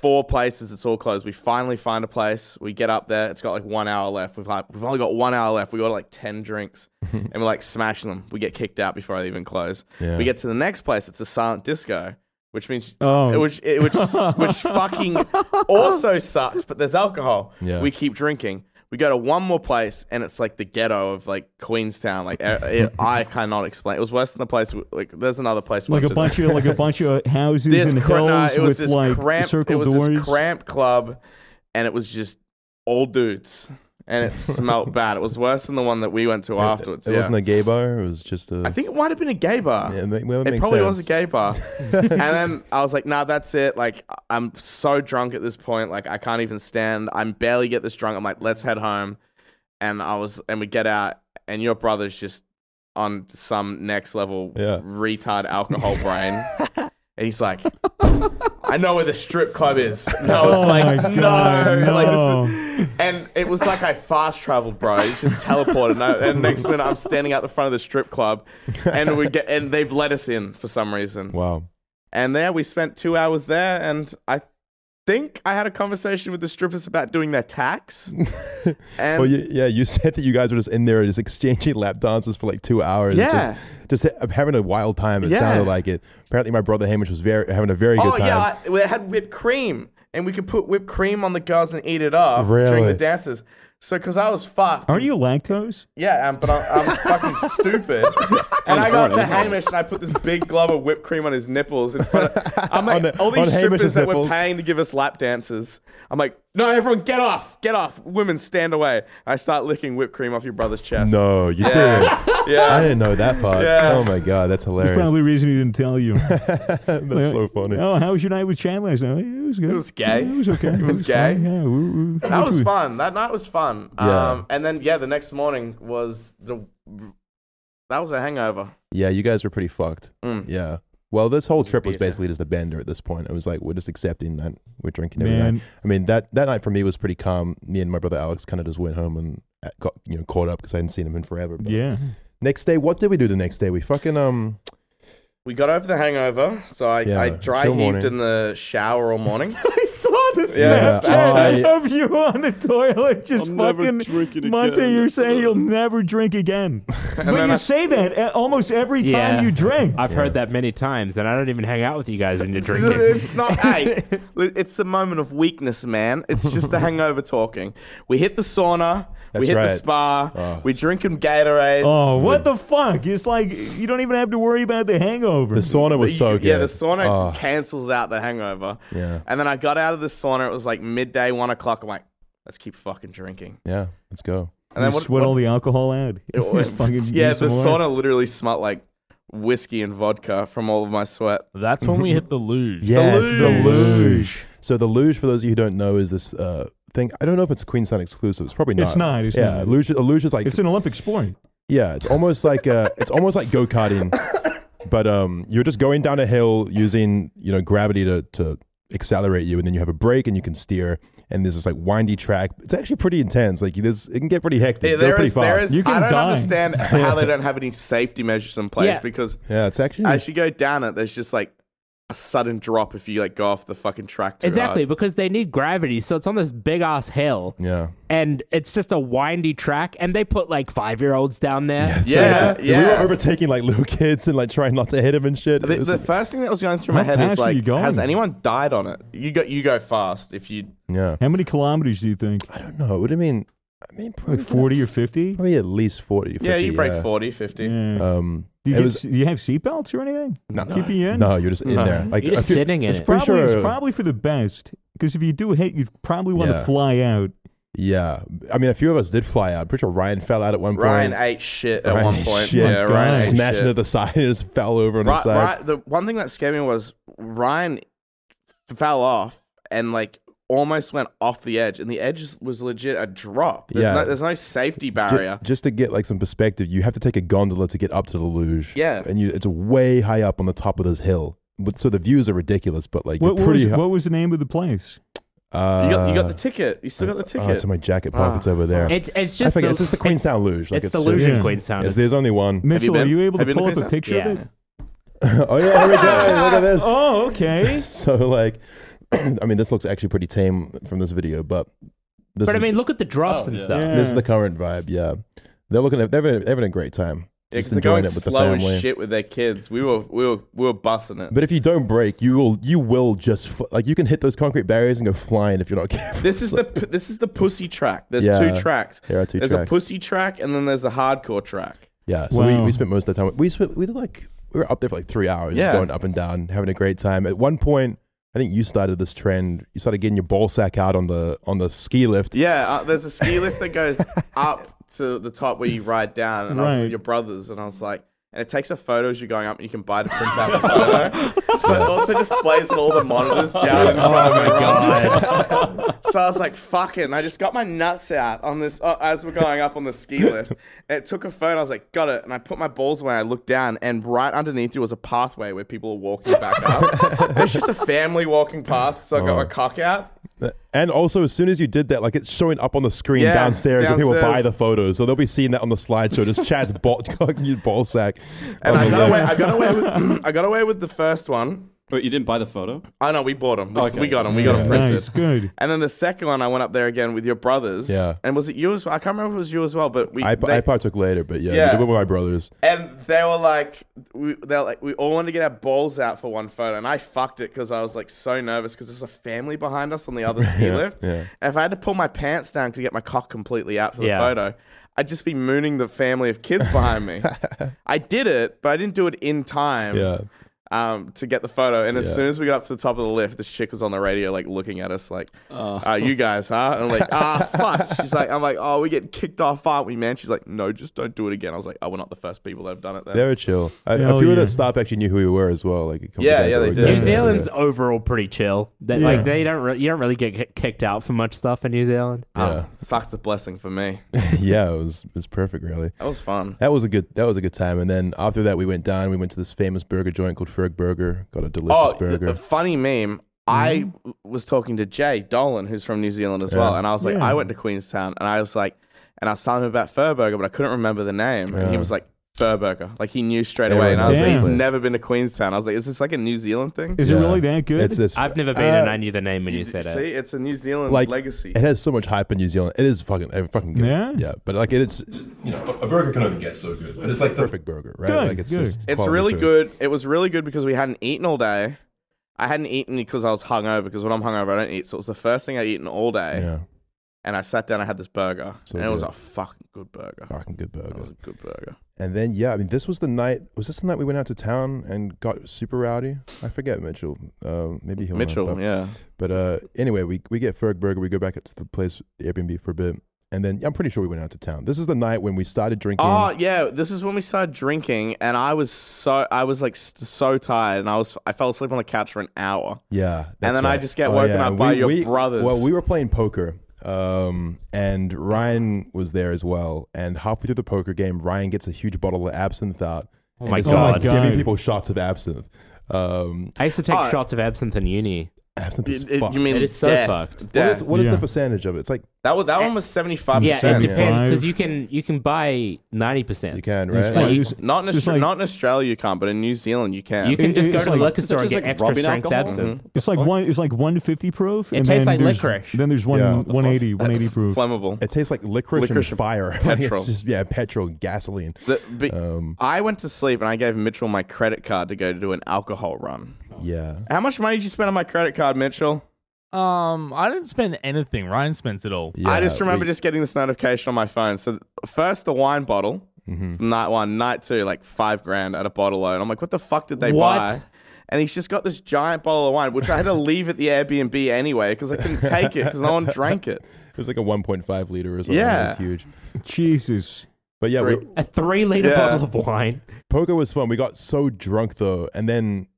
four places. It's all closed. We finally find a place. We get up there. It's got like one hour left. We've like, we've only got one hour left. We order like ten drinks, and we're like smashing them. We get kicked out before they even close. Yeah. We get to the next place. It's a silent disco. Which means uh, Oh. which it- which which fucking also sucks. But there's alcohol. Yeah. We keep drinking. We go to one more place, and it's like the ghetto of like Queenstown. Like eh, eh, I cannot explain. It was worse than the place. we- Like there's another place. we Like went a to bunch of like a bunch of houses this in the cra- hills nah, it was with this like cramped, circle it was doors. this cramped club, and it was just old dudes, and it smelt bad. It was worse than the one that we went to afterwards. it yeah. wasn't a gay bar. It was just a. I think it might have been a gay bar. Yeah, it ma- well, it it makes probably was a sense. gay bar. and then I was like, nah, that's it. Like, I- I'm so drunk at this point. Like, I can't even stand. I'm barely get this drunk. I'm like, let's head home. And I was, and we get out, and your brother's just on some next level Yeah. retard alcohol brain. and he's like, I know where the strip club is. And I was Oh like, my no. God, Like, this is- no. and it was like I fast traveled, bro. It just teleported. And, I, and next minute, I'm standing out the front of the strip club, and we get and they've let us in for some reason. wow. And there we spent two hours there, and I think I had a conversation with the strippers about doing their tax. And Well, you, yeah, you said that you guys were just in there, just exchanging lap dances for like two hours. Yeah. Just, just ha- having a wild time. It Yeah. sounded like it. Apparently, my brother Hamish was very having a very good oh time. yeah, I, we had whipped cream, and we could put whipped cream on the girls and eat it up during Really? the dances. So, because I was fucked. Aren't you lactose? Yeah, um, but I'm, I'm fucking stupid. Oh And I got to Hamish and I put this big glob of whipped cream on his nipples. In front of, I'm like, On the- all on these Hamish's strippers that nipples. were paying to give us lap dances. I'm like, no, everyone, get off, get off. Women, stand away. I start licking whipped cream off your brother's chest. No, you did. I Yeah. didn't know that part. Yeah. Oh my god, that's That's hilarious. probably the reason he didn't tell you. that's so funny. Oh, how was your night with Chad last night? It was good. It was gay. It was okay. It was gay. fine. Yeah, we- we- That was we- fun. That night was fun. Yeah. Um, and then, yeah, the next morning was the. That was a hangover. Yeah, you guys were pretty fucked. Mm. Yeah. Well, this whole trip was Beat it. basically just a bender at this point. It was like we're just accepting that we're drinking every night. Man, I mean that that night for me was pretty calm. Me and my brother Alex kind of just went home and uh, got you know caught up because I hadn't seen him in forever. But yeah. Next day, what did we do? The next day, we fucking um. We got over the hangover, so I, Yeah, I dry till heaved morning. in the shower all morning. I saw this Yeah. Snapchat Oh, I- of you on the toilet, just I'll never fucking. drink it Monte, again. you're saying you'll never drink again, but you say that uh, almost every time Yeah. you drink. I've heard that many times, and I don't even hang out with you guys when you're drinking. It's not. Hey, li- it's a moment of weakness, man. It's just the hangover talking. We hit the sauna. we That's hit right. the spa. Oh. We're drinking Gatorades. Oh, what the fuck! It's like you don't even have to worry about the hangover. The sauna was so good. Yeah, the sauna Oh, cancels out the hangover. Yeah. And then I got out of the sauna. It was like midday, one o'clock. I'm like, let's keep fucking drinking. yeah, let's go. And then you sweat all the alcohol out. It was- fucking do yeah, the some more. sauna literally smelled like whiskey and vodka from all of my sweat. That's when we hit the luge. Yes, the luge. luge. So the luge, for those of you who don't know, is this uh, thing. I don't know if it's Queenstown exclusive. It's probably not. It's not, it's yeah, not. luge. A luge is like It's an Olympic sport. yeah. It's almost like uh, it's almost like go karting, but um, you're just going down a hill using you know gravity to to accelerate you, and then you have a brake and you can steer. And there's this like windy track. It's actually pretty intense. Like there's, it can get pretty hectic. Yeah, Go there pretty is, there fast. is. You can I don't die. understand how they don't have any safety measures in place Yeah. because yeah, it's actually as you go down it, there's just like a sudden drop if you like go off the fucking track. Too exactly, hard. because they need gravity, so it's on this big ass hill, yeah. and it's just a windy track, and they put like five year olds down there. Yeah, We were yeah. overtaking like little kids and like trying not to hit him and shit. It The, was- the first thing that was going through my How head is fast are you like, going? has anyone died on it? You go, you go fast if you. yeah. How many kilometers do you think? I don't know. What do you mean? I mean, Like probably forty or fifty? Probably at least 40. 50, yeah, you break 40, 50. Yeah. Um, do, you it get- was, do you have seatbelts or anything? no, Keeping you in? no, you're just in No. there. Like, You're just I feel- sitting in it's it. pretty Probably, sure- uh, it's probably for the best Because if you do hit, you'd probably want to Yeah. fly out. Yeah, I mean, a few of us did fly out. Pretty sure Ryan fell out at one Ryan point. ate shit at Ryan one ate point. shit. Yeah, My Ryan God. ate smashed shit. into the side and just fell over on Ri- the side. Ri- the one thing that scared me was Ryan f- fell off and like almost went off the edge, and the edge was legit a drop. There's, Yeah. no, there's no safety Ju- barrier. Just, to get like some perspective, you have to take a gondola to get up to the luge. Yeah. and you, it's way high up on the top of this hill, but so the views are ridiculous. But like, What, you're what pretty. was, hi- what was the name of the place? uh, you, got, you got the ticket. You still got the Oh, it's ticket. in my jacket pockets Ah, over there. It's it's I just forget. the, it's just the Queenstown luge. Like It's, it's, the illusion yeah. Queenstown. Yes, It's, there's only one. Mitchell, been- are you able to have you been pull to up a Queenstown? picture of Yeah. it? oh yeah, here we go. Look at this. Oh, okay. So like, I mean, this looks actually pretty tame from this video, but this but I is, mean, look at the drops Oh, and yeah. stuff. Yeah. this is the current vibe. Yeah, they're looking. They're having, they're having a great time. Yeah, 'cause Just they're going enjoying it with the slow family. as shit with their kids. We were we were we were bussing it. But if you don't break, you will you will just fl- like you can hit those concrete barriers and go flying if you're not careful. This is So the p- this is the pussy track. There's Yeah. two tracks. There are two there's tracks. a pussy track and then there's a hardcore track. yeah. So we, Wow. we spent most of the time. We spent we did like we were up there for like three hours, just Yeah. going up and down, having a great time. At one point, I think you started this trend. You started getting your ball sack out on the on the ski lift. Yeah, uh, there's a ski lift that goes up to the top where you ride down, and I was Right. with your brothers, and I was like, and it takes a photo as you're going up, and you can buy the printout of the photo. So it also displays on all the monitors down in front of my So I was like, fucking, I just got my nuts out on this uh, as we're going up on the ski lift. And it took a photo. I was like, got it. And I put my balls away. I looked down, and right underneath it was a pathway where people were walking back up. It's just a family walking past. So I got my cock out. And also, as soon as you did that, like it's showing up on the screen Yeah, downstairs, where people downstairs. buy the photos. So they'll be seeing that on the slideshow. Just Chad's ball, your ball sack. And on I the got, away, lift. I got away with I got away with the first one. Wait, you didn't buy the photo? Oh no, we bought them. We, Okay. we got them. We got them printed. nice, good. And then the second one, I went up there again with your brothers. Yeah. And was it you as well? I can't remember if it was you as well, but we. I, they- I partook later, but yeah, Yeah. we did with my brothers. And they were like, we, they're like, we all wanted to get our balls out for one photo, and I fucked it because I was like so nervous because there's a family behind us on the other ski lift. yeah. And if I had to pull my pants down to get my cock completely out for the Yeah. photo, I'd just be mooning the family of kids behind me. I did it, but I didn't do it in time. Yeah. Um, to get the photo, and as Yeah. soon as we got up to the top of the lift, this chick was on the radio, like looking at us, like, uh, "You guys, huh?" And I'm like, "Ah, fuck." She's like, "I'm like, oh, we get kicked off, aren't we, man?" She's like, "No, just don't do it again." I was like, "Oh, we're not the first people that have done it." Then. They were chill. A, a Hell few of yeah. the staff actually knew who we were as well. Like, a couple Yeah, guys yeah, that they were did. there. Yeah. New Zealand's overall pretty chill. That Yeah. like they don't re- you don't really get ki- kicked out for much stuff in New Zealand. Uh, Oh, fuck's a blessing for me. yeah, it was it was perfect, really. That was fun. That was a good that was a good time. And then after that, we went down. We went to this famous burger joint called Ferg Burger. Got a delicious Oh, burger. a funny meme. I Mm-hmm. w- was talking to Jay Dolan, who's from New Zealand as well, and I was like, Yeah. I went to Queenstown, and I was like, and I was telling him about Furburger, but I couldn't remember the name, and he Yeah. was like, Furburger, like he knew straight Everyone away, and I knows was like, he's that place. never been to Queenstown. I was like, is this like a New Zealand thing? Is it Yeah. really that good? it's this. I've never been, and I knew the name when Uh, you said See, it. it's a New Zealand like legacy. It has so much hype in New Zealand. It is fucking it fucking good. Yeah? but like it's you know a burger can only get so good, but it's like the perfect burger, right? Good, like it's good. just It's quality really food. good. It was really good because we hadn't eaten all day. I hadn't eaten because I was hungover. Because when I'm hungover, I don't eat. So it was the first thing I'd eaten all day. Yeah, And I sat down. I had this burger, So and it was good. a fucking good burger. fucking good It was burger. a good burger. And then yeah, I mean this was the night. Was this the night we went out to town and got super rowdy? I forget Mitchell. Um, maybe he'll know, Mitchell, but- yeah. But uh, anyway, we we get Ferg Burger. We go back to the place Airbnb for a bit, and then I'm pretty sure we went out to town. This is the night when we started drinking. Oh yeah, this is when we started drinking, and I was so I was like s- so tired, and I was I fell asleep on the couch for an hour. yeah, that's then I right. Oh, just get woken up by your brothers. Well, we were playing poker, um, and Ryan was there as well. And halfway through the poker game, Ryan gets a huge bottle of absinthe out. Oh my starts God. Giving people shots of absinthe. Um, I used to take Oh. shots of absinthe in uni. absinthe is It- it- fucked. you mean It is so death, fucked. what death. is, what is Yeah. the percentage of it? It's like that was that one was seventy five Yeah, it percent. Seventy-five. depends because you can you can buy ninety percent. you can, It's right? like- you- it's- Not in Just Austra- like- not in Australia you can't, but in New Zealand you can. Mm-hmm. You can It- just go it's to like- the liquor Is it store and just get like extra rubbing strength alcohol? Mm-hmm. absinthe. It's like one. It's like one fifty proof. and tastes then like there's- licorice. Then there's one Yeah. What one eighty one eighty It's proof. flammable. It tastes like licorice, Licorice and and fire. like petrol. it's just yeah, petrol, gasoline. The- but Um, I went to sleep and I gave Mitchell my credit card to go do an alcohol run. yeah. How much money did you spend on my credit card, Mitchell? Um, I didn't spend anything. Ryan spends it all. yeah I just remember we- just getting this notification on my phone. So th- first the wine Mm-hmm. bottle, night one, night two, like five grand at a bottle loan. I'm like, what the fuck did they What? buy? and he's just got this giant bottle of wine, which I had to leave at the Airbnb anyway because I couldn't take it because no one drank it. It was like a 1.5 liter or something. It Yeah. was huge. Jesus. But yeah, Three. we, A three liter Yeah. bottle of wine. poker was fun. We got so drunk though, and then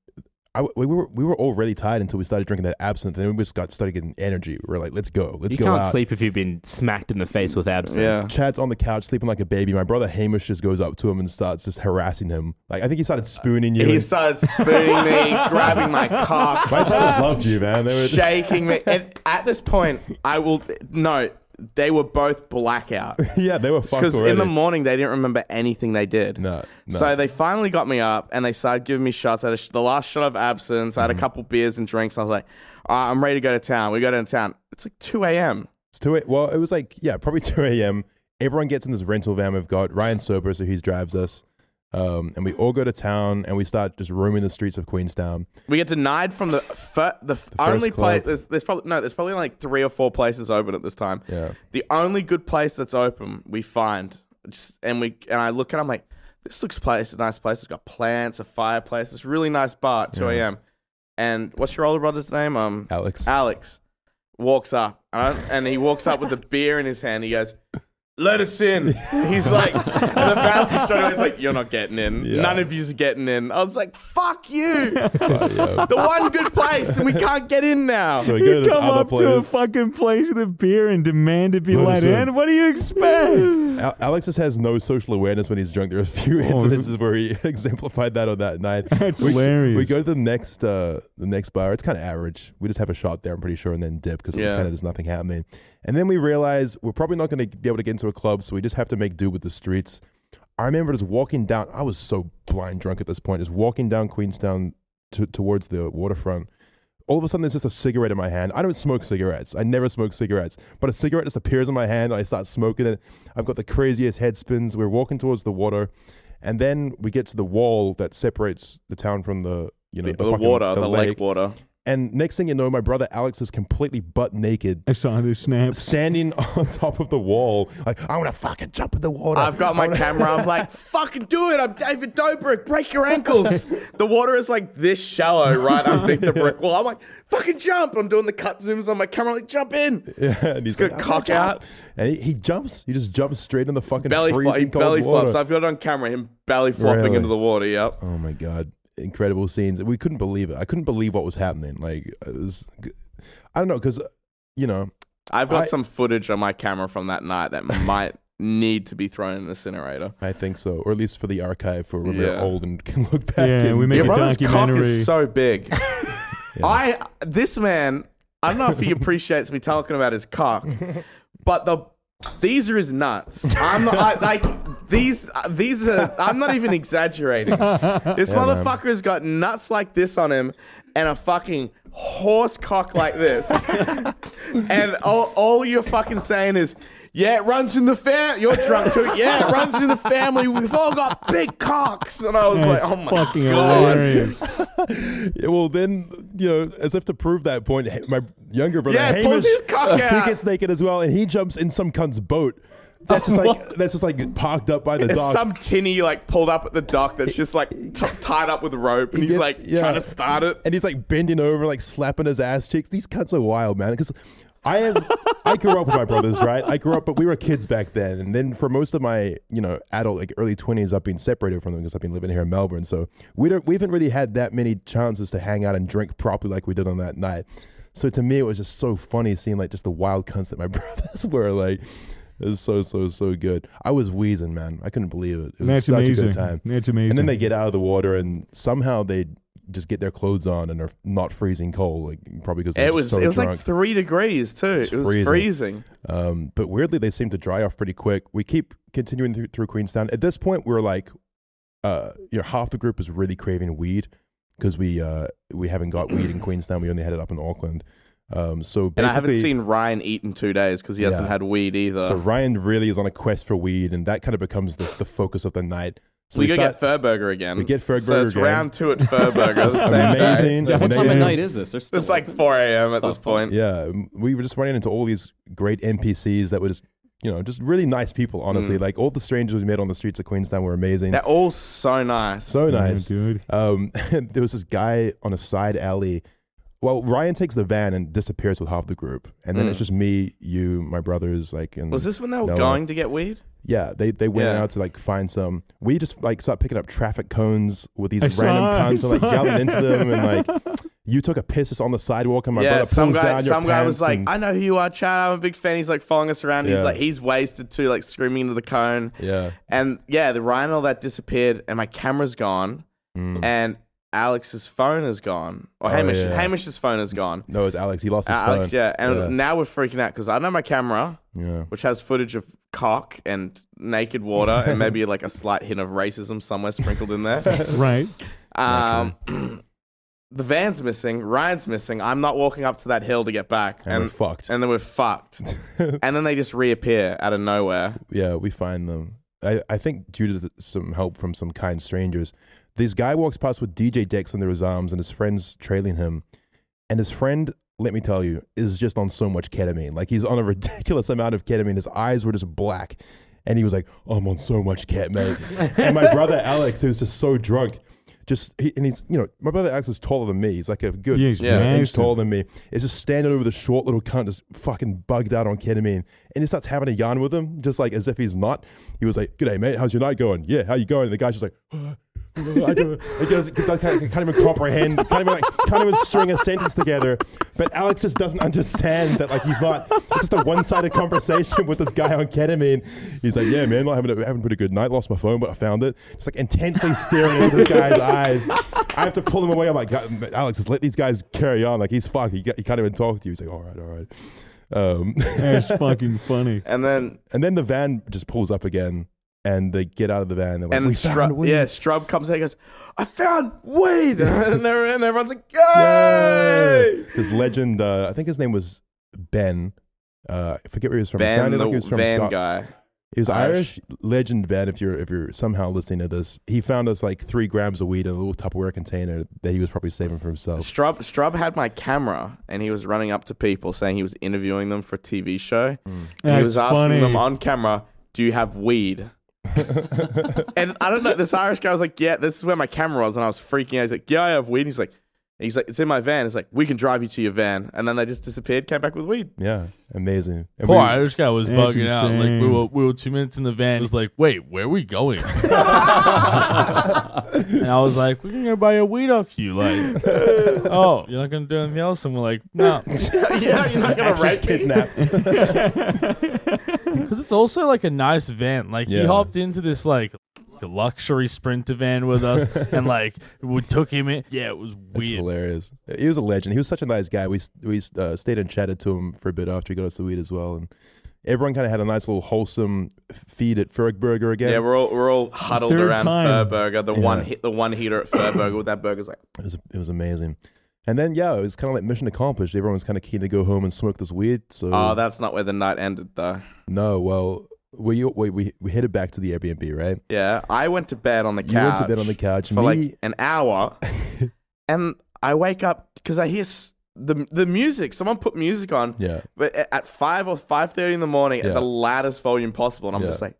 I, we were we were already tired until we started drinking that absinthe. And then we just got started getting energy. We are like, let's go, let's you go can't out. sleep if you've been smacked in the face with absinthe. Yeah. Chad's on the couch sleeping like a baby. My brother Hamish just goes up to him and starts just harassing him. Like I think he started spooning you. He and- started spooning me, grabbing my cock, my brothers loved you, man. They were shaking me. And at this point, I will no. They were both blackout yeah, they were fucked because already. in the morning they didn't remember anything they did. no, no. So they finally got me up and they started giving me shots. I had a sh- the last shot of absinthe. I had a couple beers and drinks. I was like, All right, I'm ready to go to town. We go to town. It's like 2 a.m. It's 2 a, well, it was like, yeah, probably 2 a.m. Everyone gets in this rental van we've got. Ryan's sober, so he drives us. Um, and we all go to town and we start just roaming the streets of Queenstown. We get denied from the fir- the, f only club. place. There's, there's probably no. There's probably like three or four places open at this time. Yeah. The only good place that's open we find, just, and we and I look at. it, I'm like, this looks place. A nice place. It's got plants, a fireplace. It's a really nice bar. At 2 a.m. And what's your older brother's name? Um, Alex. Alex walks up and, I- and he walks up with a beer in his hand. He goes, "Let us in." He's like, and the bouncer straight away is like, "You're not getting in. Yeah. None of yous are getting in." I was like, "Fuck you! the But, yeah. one good place, and we can't get in now." so we go to You this come other up to a place. fucking place with a beer and demand to be Let us let in. in. What do you expect? Al- Alex just has no social awareness when he's drunk. There are a few incidences where he exemplified that on that night. Oh. That's we, hilarious. We go to the next uh, the next bar. It's kind of average. We just have a shot there, I'm pretty sure, and then dip because it was Yeah. kind of just nothing happening. And then we realize we're probably not going to be able to get into a club, so we just have to make do with the streets. I remember just walking down. I was so blind drunk at this point. Just walking down Queenstown to, towards the waterfront. All of a sudden, there's just a cigarette in my hand. I don't smoke cigarettes. I never smoke cigarettes. But a cigarette just appears in my hand, and I start smoking it. I've got the craziest head spins. We're walking towards the water, and then we get to the wall that separates the town from the you know The, the, the fucking- water, the, lake. water. And next thing you know, my brother Alex is completely butt naked, I saw this snap. standing on top of the wall. Like I want to fucking jump in the water. I've got my I wanna-" camera. I'm like, "Fucking do it!" I'm David Dobrik. Break your ankles. the water is like this shallow, right? I'm big the brick wall. I'm like, "Fucking jump!" I'm doing the cut zooms on my camera. Like, jump in. Yeah, and he's Just like, gonna "I'm gonna cock jump." out. and he, he jumps. He just jumps straight in the fucking belly flop, he freezing cold belly water. flops. I've got it on camera. Him belly flopping Really? into the water. Yep. Oh my god, incredible scenes. We couldn't believe it. I couldn't believe what was happening. Like it was, I don't know, because you know, I've got I- some footage on my camera from that night that might need to be thrown in the incinerator. I think so, or at least for the archive for when we're Yeah. old and can look back. Yeah, and- we make Your a brother's cock documentary. is so big. I this man. I don't know if he appreciates me talking about his cock, but the these are his nuts. I'm not I, like these. These are. I'm not even exaggerating. This motherfucker's got nuts like this on him, and a fucking horse cock like this, and all, all you're fucking saying is. Yeah, it runs in the family. You're drunk too. Yeah, it runs in the family. We've all got big cocks. And I was That's like, oh my fucking God. hilarious. Yeah, well, then you know, as if to prove that point, Ha- my younger brother Yeah, Hamish, pulls his cock out. he gets naked as well, and he jumps in some cunt's boat. That's just like that's just like parked up by the It's dock. some tinny like pulled up at the dock that's just like t- tied up with rope, and He he's gets- like yeah. trying to start it. and he's like bending over, like slapping his ass cheeks. These cunts are wild, man. Because I have, I grew up with my brothers, right? I grew up, but we were kids back then. And then for most of my, you know, adult, like early twenties, I've been separated from them because I've been living here in Melbourne. So we don't, we haven't really had that many chances to hang out and drink properly like we did on that night. So to me, it was just so funny seeing like just the wild cunts that my brothers were like. It was so so so good. I was wheezing, man. I couldn't believe it. It was That's such a amazing. good time. That's amazing. And then they get out of the water and somehow they just get their clothes on and are not freezing cold, like probably because they're It just was so it was drunk. like three degrees too. It was freezing. freezing. um, but weirdly, they seem to dry off pretty quick. We keep continuing through, through Queenstown. At this point, we're like, uh, you know, half the group is really craving weed because we uh, we haven't got weed in Queenstown. We only had it up in Auckland. Um, so basically, And I haven't seen uh, Ryan eat in two days because he Yeah. hasn't had weed either. So Ryan really is on a quest for weed, and that kind of becomes the, the focus of the night. So we, go start- get Furburger again. we get So Furburger it's again. round two at Furburger. the same day. amazing. Oh, Like, what time of amazing. night is this? There's still It's like 4 a.m. at this point. Yeah, m- we were just running into all these great NPCs that were just you know, just really nice people, honestly. Mm. Like all the strangers we met on the streets of Queenstown were amazing. They're all so nice. so nice. dude. Um, there was this guy on a side alley. Well, Ryan takes the van and disappears with half the group, and then Mm. it's just me, you, my brothers, like. And was this when they were No. going to get weed? Yeah, they they went Yeah. out to like find some. We just like start picking up traffic cones with these I saw- random I cunts and like saw- yelling into them, and like you took a piss just on the sidewalk, and my yeah, brother some pulls guy, down your some guy was pants like, and- "I know who you are, Chad. I'm a big fan." He's like following us around. Yeah. He's like, he's wasted too, like screaming into the cone. yeah, And yeah, the Ryan and all that disappeared, and my camera's gone, Mm. and Alex's phone is gone, or Oh, Hamish, yeah. Hamish's phone is gone. no, it's Alex. He lost Uh, his phone. Alex, yeah, and Yeah. now we're freaking out because I know my camera, yeah. which has footage of cock and naked water, and maybe like a slight hint of racism somewhere sprinkled in there. Right. Um, the van's missing. Ryan's missing. I'm not walking up to that hill to get back. And, we're fucked. And then we're fucked. and then they just reappear out of nowhere. yeah, we find them. I, I think due to th- some help from some kind strangers, this guy walks past with DJ Dex under his arms and his friend's trailing him. And his friend, let me tell you, is just on so much ketamine. Like he's on a ridiculous amount of ketamine. His eyes were just black. And he was like, I'm on so much ket, mate. and my brother Alex, who's just so drunk, just, he, and he's, you know, my brother Alex is taller than me. He's like a good Yeah, he's yeah, inch massive. taller than me. It's just standing over the short little cunt, just fucking bugged out on ketamine, and he starts having a yarn with him, just like as if he's not. He was like, "G'day, mate. How's your night going? Yeah, how you going?" And the guy's just like. I, don't- I guess I can't, I can't even comprehend, can't even, like, can't even string a sentence together. But Alex just doesn't understand that like he's not. It's just a one-sided conversation with this guy on ketamine. He's like, "Yeah, man, like, having a, having a pretty good night. Lost my phone, but I found it." Just like intensely staring into this guy's eyes. I have to pull him away. I'm like, "God, Alex, just let these guys carry on. Like he's fucked. He, he can't even talk to you. He's like, "All right, all right." Um, That's fucking funny. And then and then the van just pulls up again, and they get out of the van. They're like, and "We Strub, found weed." yeah, Strub comes in and goes, I found weed. and, they're, and everyone's like, Yay! Yay! This legend, uh, I think his name was Ben. Uh, I forget where he was from. It Ben, sounded the like he was from van Scot- guy. He was Irish. Irish. legend Ben. If you're if you're somehow listening to this, he found us like three grams of weed in a little Tupperware container that he was probably saving for himself. Strub, Strub had my camera and he was running up to people saying he was interviewing them for a TV show. Hmm. And That's he was asking funny. them on camera, Do you have weed? and I don't know. This Irish guy was like, Yeah, this is where my camera was. And I was freaking out. He's like, Yeah, I have weed. And he's like, and He's like, It's in my van. He's like, We can drive you to your van. And then they just disappeared, came back with weed. Yeah, amazing. And Poor we- Irish guy was That's bugging out. Like we insane. were, we were two minutes in the van. He's like, "Wait, where are we going?" and I was like, "We're gonna buy a weed off you." Like, oh, you're not gonna do anything else? And we're like, "No," yeah, you're not going to rape me. kidnapped. because it's also like a nice van. Like Yeah. he hopped into this like luxury Sprinter van with us, and like we took him in. Yeah, it was It's weird. hilarious. He was a legend. He was such a nice guy. We s- we uh, stayed and chatted to him for a bit after he got us the weed as well, and everyone kind of had a nice little wholesome f- feed at Fergburger again. Yeah, we're all we're all huddled Third around time. Furburger, the one Yeah. hit the one heater at Furburger with that burger's like It was it was amazing. And then yeah, it was kind of like mission accomplished. Everyone was kind of keen to go home and smoke this weed. So Oh, that's not where the night ended though. no, well, we we we, we headed back to the Airbnb, right? Yeah. I went to bed on the couch. You went to bed on the couch. for Me, like an hour, and I wake up because I hear s- the the music. Someone put music on, yeah, but a- at five or five thirty in the morning Yeah. at the loudest volume possible, and I'm Yeah. just like,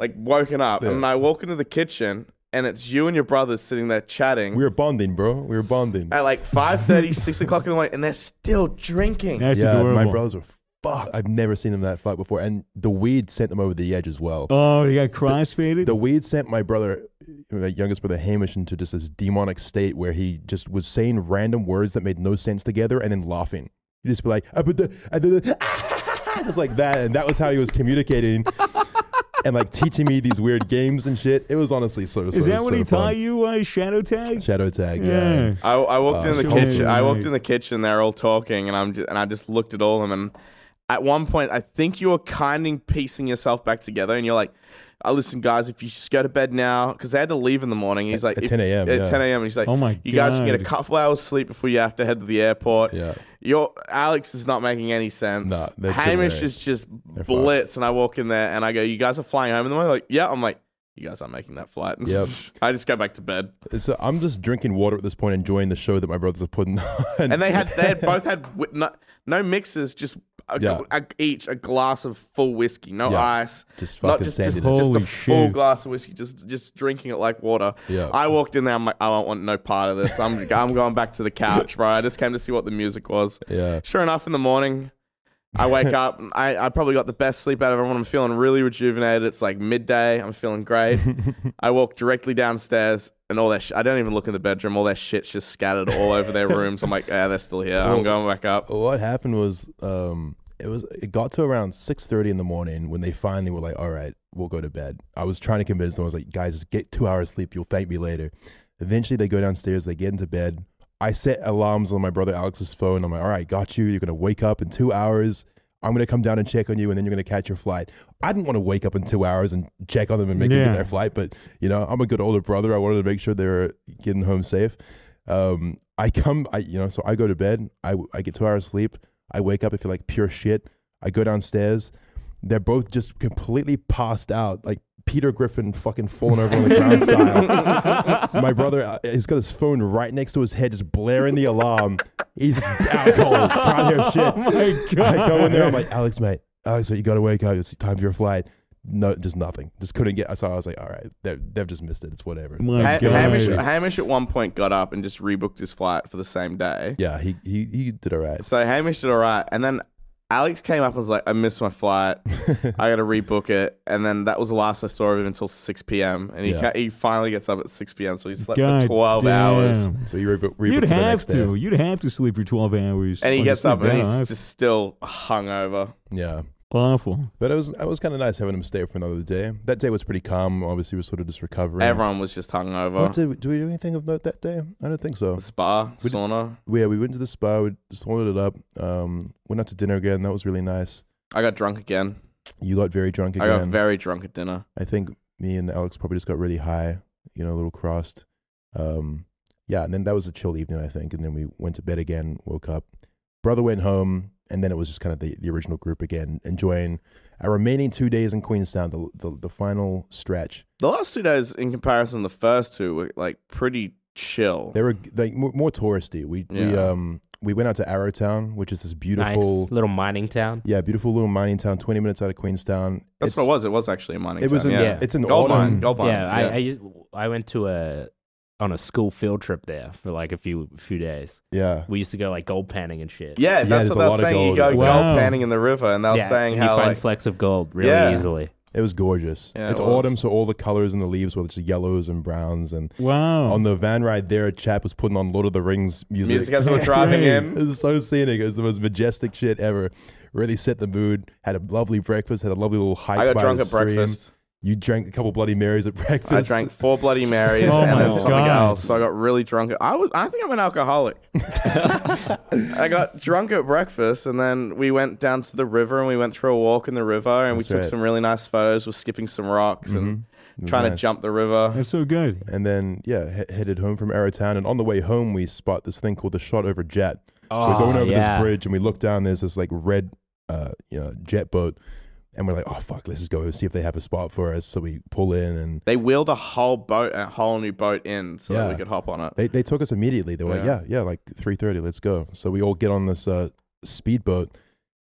like woken up, and Yeah. I walk into the kitchen, and it's you and your brothers sitting there chatting. we were bonding, bro. We were bonding. at like 5.30, 6 o'clock in the morning, and they're still drinking. That's yeah, adorable. my brothers were fuck. I've never seen them that fucked before, and the weed sent them over the edge as well. Oh, he got crossfaded. The weed sent my brother, my youngest brother Hamish, into just this demonic state where he just was saying random words that made no sense together and then laughing. He'd just be like, I put the, I did the, just like that. And that was how he was communicating and like teaching me these weird games and shit. It was honestly so, so Is that what so he fun. taught you? Uh, shadow tag. Shadow tag, yeah. Yeah. I, I walked Wow. in the Sure. kitchen. I walked Right. in the kitchen. They're all talking, and I'm just, and I just looked at all of them. And at one point, I think you were kind of piecing yourself back together, and you're like, "I listen, guys, if you just go to bed now, because they had to leave in the morning." He's like, at if- 10 a.m., At yeah. 10 a.m. He's like, Oh my you guys can get a God. couple hours sleep before you have to head to the airport." Yeah. Your Alex is not making any sense. No, they're Hamish delirious. is just They're blitz, and I walk in there and I go, "You guys are flying home in the morning?" Like, yeah. I'm like, "You guys aren't making that flight." Yep. I just go back to bed. So I'm just drinking water at this point, enjoying the show that my brothers are putting on. and they had they had both had wi- no, no mixes, just a, Yeah. a- each a glass of full whiskey, no Yeah. ice, Just not fucking just just, standing just a Holy full shit. glass of whiskey, just just drinking it like water. Yeah. I walked in there. I'm like, I don't want no part of this. I'm I'm going back to the couch, bro. I just came to see what the music was. Yeah. Sure enough, in the morning, I wake up. and I, I probably got the best sleep out of everyone. I'm feeling really rejuvenated. It's like midday. I'm feeling great. I walk directly downstairs, and all that. Sh- I don't even look in the bedroom. All that shit's just scattered all over their rooms. I'm like, yeah, they're still here. I'm going back up. What happened was um it was it got to around six thirty in the morning when they finally were like, All right, we'll go to bed. I was trying to convince them, I was like, guys, just get two hours sleep, you'll thank me later. Eventually they go downstairs, they get into bed. I set alarms on my brother Alex's phone. I'm like, all right, got you. You're gonna wake up in two hours. I'm gonna come down and check on you, and then you're gonna catch your flight. I didn't want to wake up in two hours and check on them and make them Yeah. get their flight, but you know, I'm a good older brother. I wanted to make sure they were getting home safe. Um, I come, I you know, so I go to bed. I I get two hours sleep. I wake up. I feel like pure shit. I go downstairs. They're both just completely passed out, like Peter Griffin fucking falling over on the ground style. My brother, uh, he's got his phone right next to his head, just blaring the alarm. He's just out cold, can't hear shit. Oh my God. I go in there. I'm like, Alex, mate, Alex, mate, you gotta wake up. It's time for your flight. No, just nothing. Just couldn't get. So I was like, all right, they've, they've just missed it. It's whatever. My Ha- God. Hamish, Hamish at one point got up and just rebooked his flight for the same day. Yeah, he he he did all right. So Hamish did all right. And then Alex came up and was like, I missed my flight. I got to rebook it. And then that was the last I saw of him until 6 p.m. And he, Yeah. ca- he finally gets up at 6 p.m. So he slept for God 12 hours. damn. So you rebook. rebook You'd for the have next day. to. You'd have to sleep for 12 hours. And he Like, gets sleep up and down. he's eh? That's just still hungover. Yeah, awful. but it was it was kind of nice having him stay for another day. That day was pretty calm. Obviously, we were sort of just recovering. Everyone uh, was just hungover. What did, did we do anything of note that day? I don't think so. The spa, We did- sauna. Yeah, we went to the spa. We sorted it up. Um, went out to dinner again. That was really nice. I got drunk again. You got very drunk again. I got very drunk at dinner. I think me and Alex probably just got really high, you know, a little crossed. Um, yeah, and then that was a chill evening, I think. And then we went to bed again, woke up. Brother went home, and then it was just kind of the, the original group again, enjoying our remaining two days in Queenstown, the, the, the final stretch. The last two days, in comparison to the first two, were like pretty chill. They were like more, more touristy. We, we, Yeah. um, we went out to Arrowtown, which is this beautiful, Nice little mining town. yeah, beautiful little mining town, 20 minutes out of Queenstown. That's It's- what it was. It was actually a mining It was town, an, yeah. yeah. it's an Gold autumn- mine, gold mine. yeah, I, I u- I went to a on a school field trip there for like a few few days. Yeah. We used to go like gold panning and shit. Yeah, there's that's what a they lot were of saying. You gold. go Wow. gold panning in the river, and they were Yeah, saying you how find like flecks of gold really Yeah. easily. It was gorgeous. Yeah, it it's was. autumn, so all the colors in the leaves were just yellows and browns. And Hmm. Wow. on the van ride there, a chap was putting on Lord of the Rings music. music as we we're driving it in. was so scenic. It was the most majestic shit ever. Really set the mood. Had a lovely breakfast. Had a lovely little hike. I got by drunk the at stream. breakfast. You drank a couple Bloody Marys at breakfast. I drank four Bloody Marys Oh and my then something God. else. So I got really drunk. I was. I think I'm an alcoholic. I got drunk at breakfast, and then we went down to the river, and we went through a walk in the river, and That's we took right. Mm-hmm. some really nice photos. We're skipping some rocks and It was trying to nice. jump the river. That's so good. And then yeah, he- headed home from Arrowtown. And on the way home, we spot this thing called the Shot Over Jet. we're Oh, going over yeah. this bridge, and we look down. There's this like red, uh, you know, jet boat. And we're like, oh fuck, let's just go and see if they have a spot for us. So we pull in and They wheeled a whole boat, a whole new boat in, so that Yeah. we could hop on it. They they took us immediately. They were Yeah. like, yeah, yeah, like three thirty, let's go. So we all get on this uh, speedboat,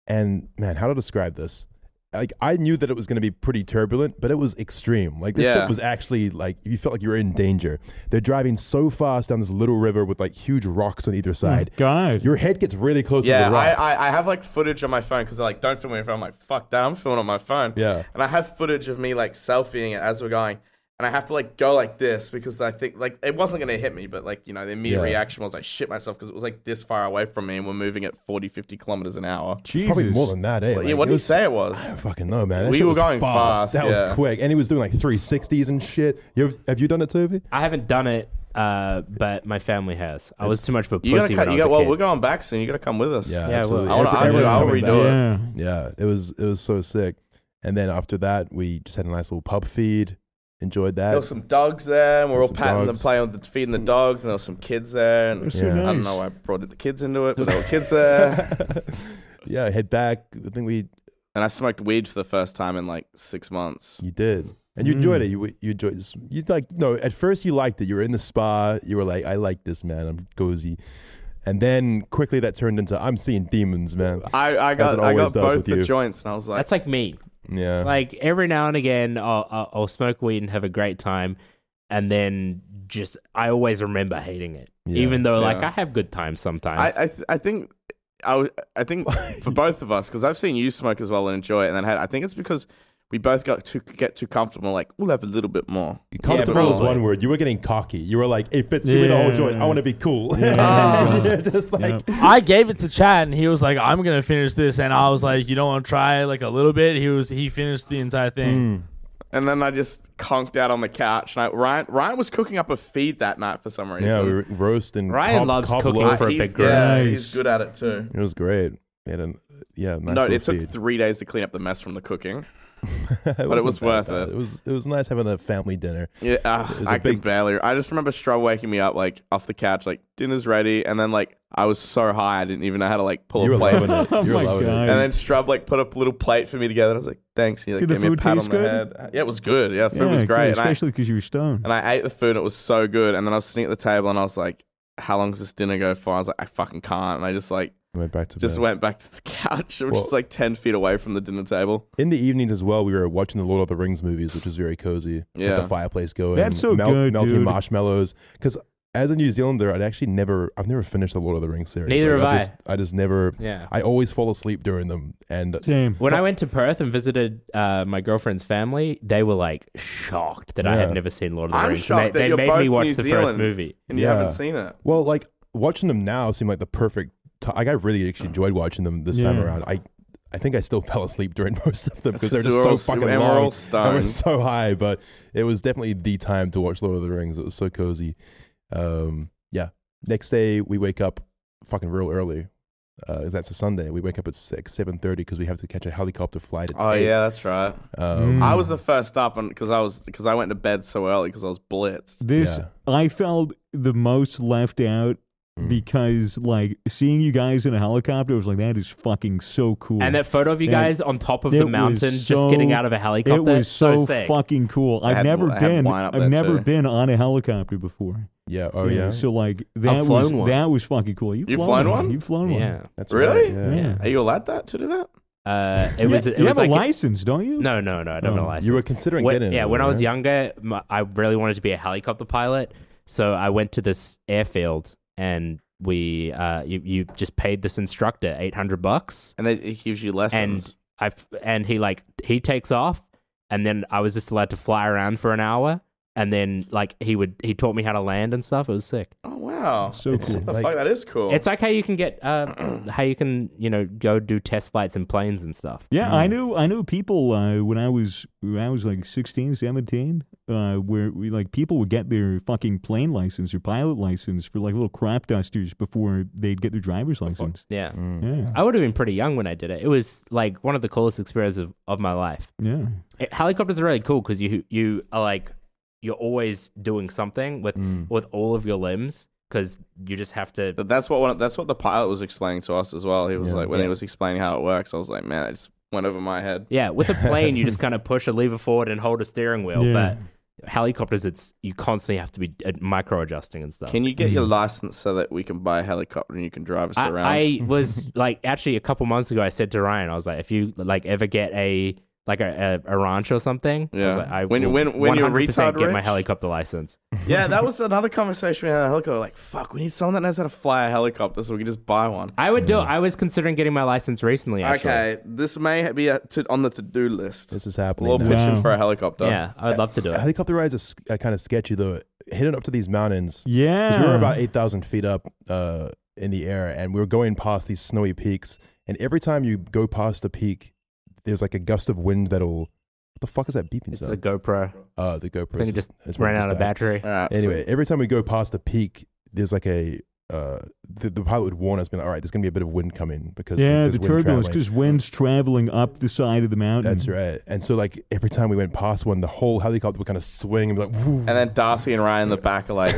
and man, how to describe this? Like I knew that it was going to be pretty turbulent, but it was extreme. Like this Yeah. shit was actually like you felt like you were in danger. They're driving so fast down this little river with like huge rocks on either side. God. Your head gets really close to Hmm. Yeah, the I, rocks. I, I have like footage on my phone because like don't film on your phone. I'm like fuck that, I'm filming on my phone. Yeah. and I have footage of me like selfieing it as we're going, and I have to like go like this because I think like it wasn't gonna hit me, but like you know the immediate Yeah. reaction was I shit myself because it was like this far away from me and we're moving at 40, 50 kilometers an hour. Jesus. Probably more than that, eh? But, Like, yeah, what it did you was- say it was? I don't fucking know, man. That We shit were was going fast, That yeah. was quick, and he was doing like three sixties and shit. You have you done it, Toby? I haven't done it, uh, but my family has. I was too much of a pussy You gotta, when cut, I you was got. a Well, kid. we're going back soon. You gotta come with us. Yeah, Yeah, well, absolutely. I wanna- Every- I'll do it. everyone's I'll coming redo back. it. Yeah. Yeah, it was it was so sick. And then after that, we just had a nice little pub feed. Enjoyed that. There was some dogs there, and we're all Some patting them, dogs. playing with the, feeding the dogs, and there was some kids there. And So Yeah. nice. I don't know why I brought the kids into it, but there were kids there. yeah, head back. I think we And I smoked weed for the first time in like six months. you did, and you enjoyed Mm. it. You you enjoyed this. You like no. At first, you liked it. You were in the spa. You were like, I like this man. I'm cozy. And then quickly that turned into I'm seeing demons, man. I, I got it I always does got both with the you. joints, and I was like, That's like me. Yeah. Like every now and again, I'll, I'll, I'll smoke weed and have a great time, and then just I always remember hating it, Yeah. even though like Yeah. I have good times sometimes. I I, th- I think I w- I think for both of us because I've seen you smoke as well and enjoy it, and then had, I think it's because we both got to get too comfortable. Like we'll have a little bit more. Comfortable is probably. one word. You were getting cocky. You were like, hey, Fitz, give me the whole Yeah. joint. I want to be cool. You're just like, I gave it to Chad, and he was like, "I'm gonna finish this," and I was like, "You don't want to try like a little bit?" He was he finished the entire thing. And then I just conked out on the couch. And I, Ryan Ryan was cooking up a feed that night for some reason. yeah, we were roasting. Ryan cob- loves cob cooking loaf. for a He's- big group. yeah, Nice. he's good at it too. It was great. We had a, yeah, nice no, little it took feed. three days to clean up the mess from the cooking. but it was worth it. It was it was nice having a family dinner. Yeah, uh, was a I can big- barely. I just remember Straw waking me up like off the couch, like dinner's ready, and then like I was so high I didn't even know how to like pull You were a plate. loving it. You were Oh my loving God. it. And then Strub like put up a little plate for me together. I was like, thanks. He like Did the gave me a food pat on taste the good? head. Yeah, it was good. Yeah, the food yeah, was good, great. And I, especially because you were stoned. and I ate the food. and It was so good. And then I was sitting at the table and I was like, how long does this dinner go for? I was like, I fucking can't. And I just like Went back to just bed. went back to the couch, which Well- is like ten feet away from the dinner table. In the evenings as well, we were watching the Lord of the Rings movies, which was very cozy. Yeah. With the fireplace going. That's so good, Melting dude. marshmallows. Because as a New Zealander, I'd actually never, I've never finished the Lord of the Rings series. Neither Like, have I. Just, I just never, yeah. I always fall asleep during them. And Same. When I went to Perth and visited uh, my girlfriend's family, they were like shocked that I Yeah. had never seen Lord of the I'm Rings. shocked and that they they you're made me both watch New the Zealand. first movie. And Yeah. you haven't seen it. Well, like watching them now seemed like the perfect. T- like I really actually enjoyed watching them this time Yeah. around. I, I think I still fell asleep during most of them because they're Because just we're so all- Uh, fucking and we're long. all and we're stoned. so high, but it was definitely the time to watch Lord of the Rings. It was so cozy. Um, yeah. Next day we wake up fucking real early. Uh, 'cause that's a Sunday. We wake up at six, seven thirty because we have to catch a helicopter flight. At Oh eight. yeah, that's right. Um, Mm. Hmm. I was the first up, and because I was because I went to bed so early because I was blitzed. This Yeah. I felt the most left out Mm. because like seeing you guys in a helicopter was like that is fucking so cool. And that photo of you Yeah. guys on top of It the was mountain, so- just getting out of a helicopter, it was so, sick. fucking cool. I've had- never I had been wine up I've there, never too. been on a helicopter before. Yeah. Oh yeah. So like that flown was one. that was fucking cool. You've, You've flown, flown one? You've flown Yeah. That's Really? right, one. yeah. Yeah. Are you allowed that to do that? Uh, it was. you It have was a like license, don't you? No, no, no. I don't Oh. have a license. You were considering When- getting. yeah, it, when I was right? younger, my, I really wanted to be a helicopter pilot. So I went to this airfield, and we, uh, you, you just paid this instructor eight hundred bucks, And they, it gives you lessons. and I, f- and he like he takes off, and then I was just allowed to fly around for an hour, and then like he would he taught me how to land and stuff. It was sick. Oh wow! So It's- cool. the Like- fuck, that is cool. It's like how you can get, uh, how you can you know go do test flights in planes and stuff. Yeah, Mm. I knew I knew people uh, when I was when I was like 16, 17, uh, where we, like people would get their fucking plane license or pilot license for like little crop dusters before they'd get their driver's license. Yeah. Mm. Yeah, I would have been pretty young when I did it. It was like one of the coolest experiences of, of my life. yeah. It- helicopters are really cool because you you are like you're always doing something with with all of your limbs because you just have to. Mm. But that's what one, that's what the pilot was explaining to us as well. He was Yeah. like, when Yeah. he was explaining how it works, I was like, man, it just went over my head. Yeah, with a plane you just kind of push a lever forward and hold a steering wheel, Yeah. but helicopters it's you constantly have to be uh, micro adjusting and stuff. Can you get your license so that we can buy a helicopter and you can drive us around? Hmm. I, I was like actually a couple months ago I said to Ryan I was like if you like ever get a like a, a, a ranch or something I Yeah. was like, I When- will when- when you're 100% retard get my rich? helicopter license yeah, that was another conversation we had on a helicopter. Like, fuck, we need someone that knows how to fly a helicopter so we can just buy one. I would do. I was considering getting my license recently. Actually. Okay, this may be a, to, on the to do list. This is a happening. little now. pitching Wow. for a helicopter. Yeah, I would love to do it. Helicopter rides are, s- are kind of sketchy though. Hitting up to these mountains, Because Yeah. we were about 8,000 feet up uh, in the air and we were going past these snowy peaks. And every time you go past a peak, there's like a gust of wind that'll. What the fuck is that beeping It's the sound? GoPro. uh, the GoPro. I think it just ran out of battery. All right, Anyway, every time we go past a peak, there's like a. Uh, the, the pilot would warn us, being like, all right, there's going to be a bit of wind coming because yeah, there's the wind turbulence, traveling." just mm. winds traveling up the side of the mountain. That's right. And so, like, every time we went past one, the whole helicopter would kind of swing and be like, "Woo." And then Darcy and Ryan in the back are like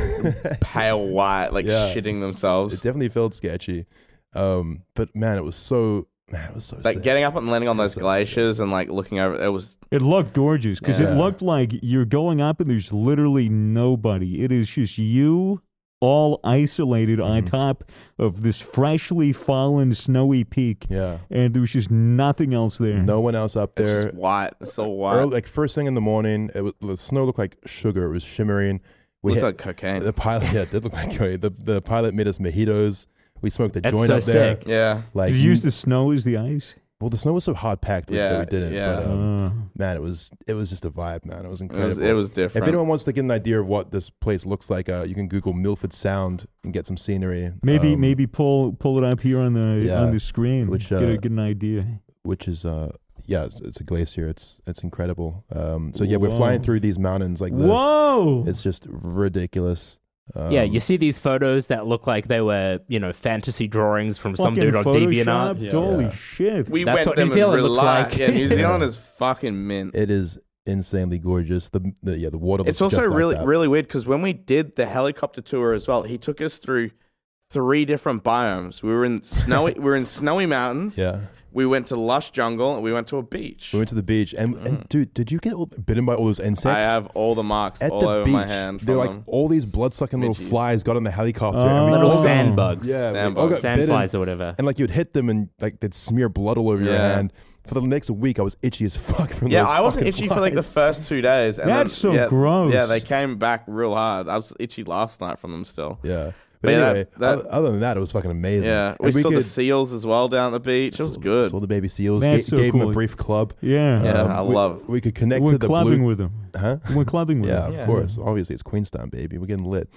pale white, like Yeah. shitting themselves. it definitely felt sketchy. Um, but man, it was so. Man, it was so like sick. getting up and landing on those So sick. glaciers and like looking over, it was It looked gorgeous because Yeah. it looked like you're going up and there's literally nobody. It is just you all isolated Mm-hmm. on top of this freshly fallen snowy peak. Yeah. And there was just nothing else there. No one else up It's there. just white. It's so white. Early, like first thing in the morning, it was, the snow looked like sugar. It was shimmering. We Looked had- like cocaine. The pilot, yeah, it did look like cocaine. The, the pilot made us mojitos. We smoked a That's joint so up there. sick. yeah. Like Did you use the snow as the ice? well, the snow was so hard packed we- that Yeah, we didn't. yeah. But, um, Uh, man, it was it was just a vibe, man. It was It incredible. was, it was different. If anyone wants to get an idea of what this place looks like, uh, you can Google Milford Sound and get some scenery. maybe um, maybe pull pull it up here on the yeah, on the screen. which, get, a, uh, get an idea. which is uh yeah, it's, it's a glacier. It's it's incredible. Um, so yeah, we're Whoa. flying through these mountains like this. Whoa! It's just ridiculous. Um, yeah, you see these photos that look like they were, you know, fantasy drawings from some Fucking dude on DeviantArt. photoshopped? Yeah. Holy Yeah. shit! we That's went what them New Zealand and looks relied- like. Yeah, New Yeah. Zealand is fucking mint. It is insanely gorgeous. The, the yeah, the water. It's looks also just like really that. really weird because when we did the helicopter tour as well, he took us through three different biomes. We were in snowy we were in snowy mountains. Yeah, We went to lush jungle and we went to a beach. we went to the beach and, and dude, did you get all, bitten by all those insects? Mm. I have all the marks at all the over beach. my hand. they're from like them. all these blood sucking little Midges. flies got on the helicopter. Oh. and we Little all- sand bugs. Yeah, Sand we all bugs. got Sand bitten. flies or whatever. and like you'd hit them and like they'd smear blood all over your Yeah. hand. For the next week, I was itchy as fuck from yeah, those I wasn't fucking itchy for like the flies. first two days. And That's then, so yeah, gross. Yeah, they came back real hard. I was itchy last night from them still. Yeah, Yeah. But, But yeah, anyway, that- oth- other than that, it was fucking amazing. And we, saw the could- seals as well down the beach. It was saw- good. Saw the baby seals. Man, ga- it's so gave them cool. a brief club. Um, yeah, Yeah, I we- love- We could we connect to went the clubbing blue. with them. Huh? We went clubbing with Yeah, them. of course. Obviously, it's Queenstown, baby. We're getting lit.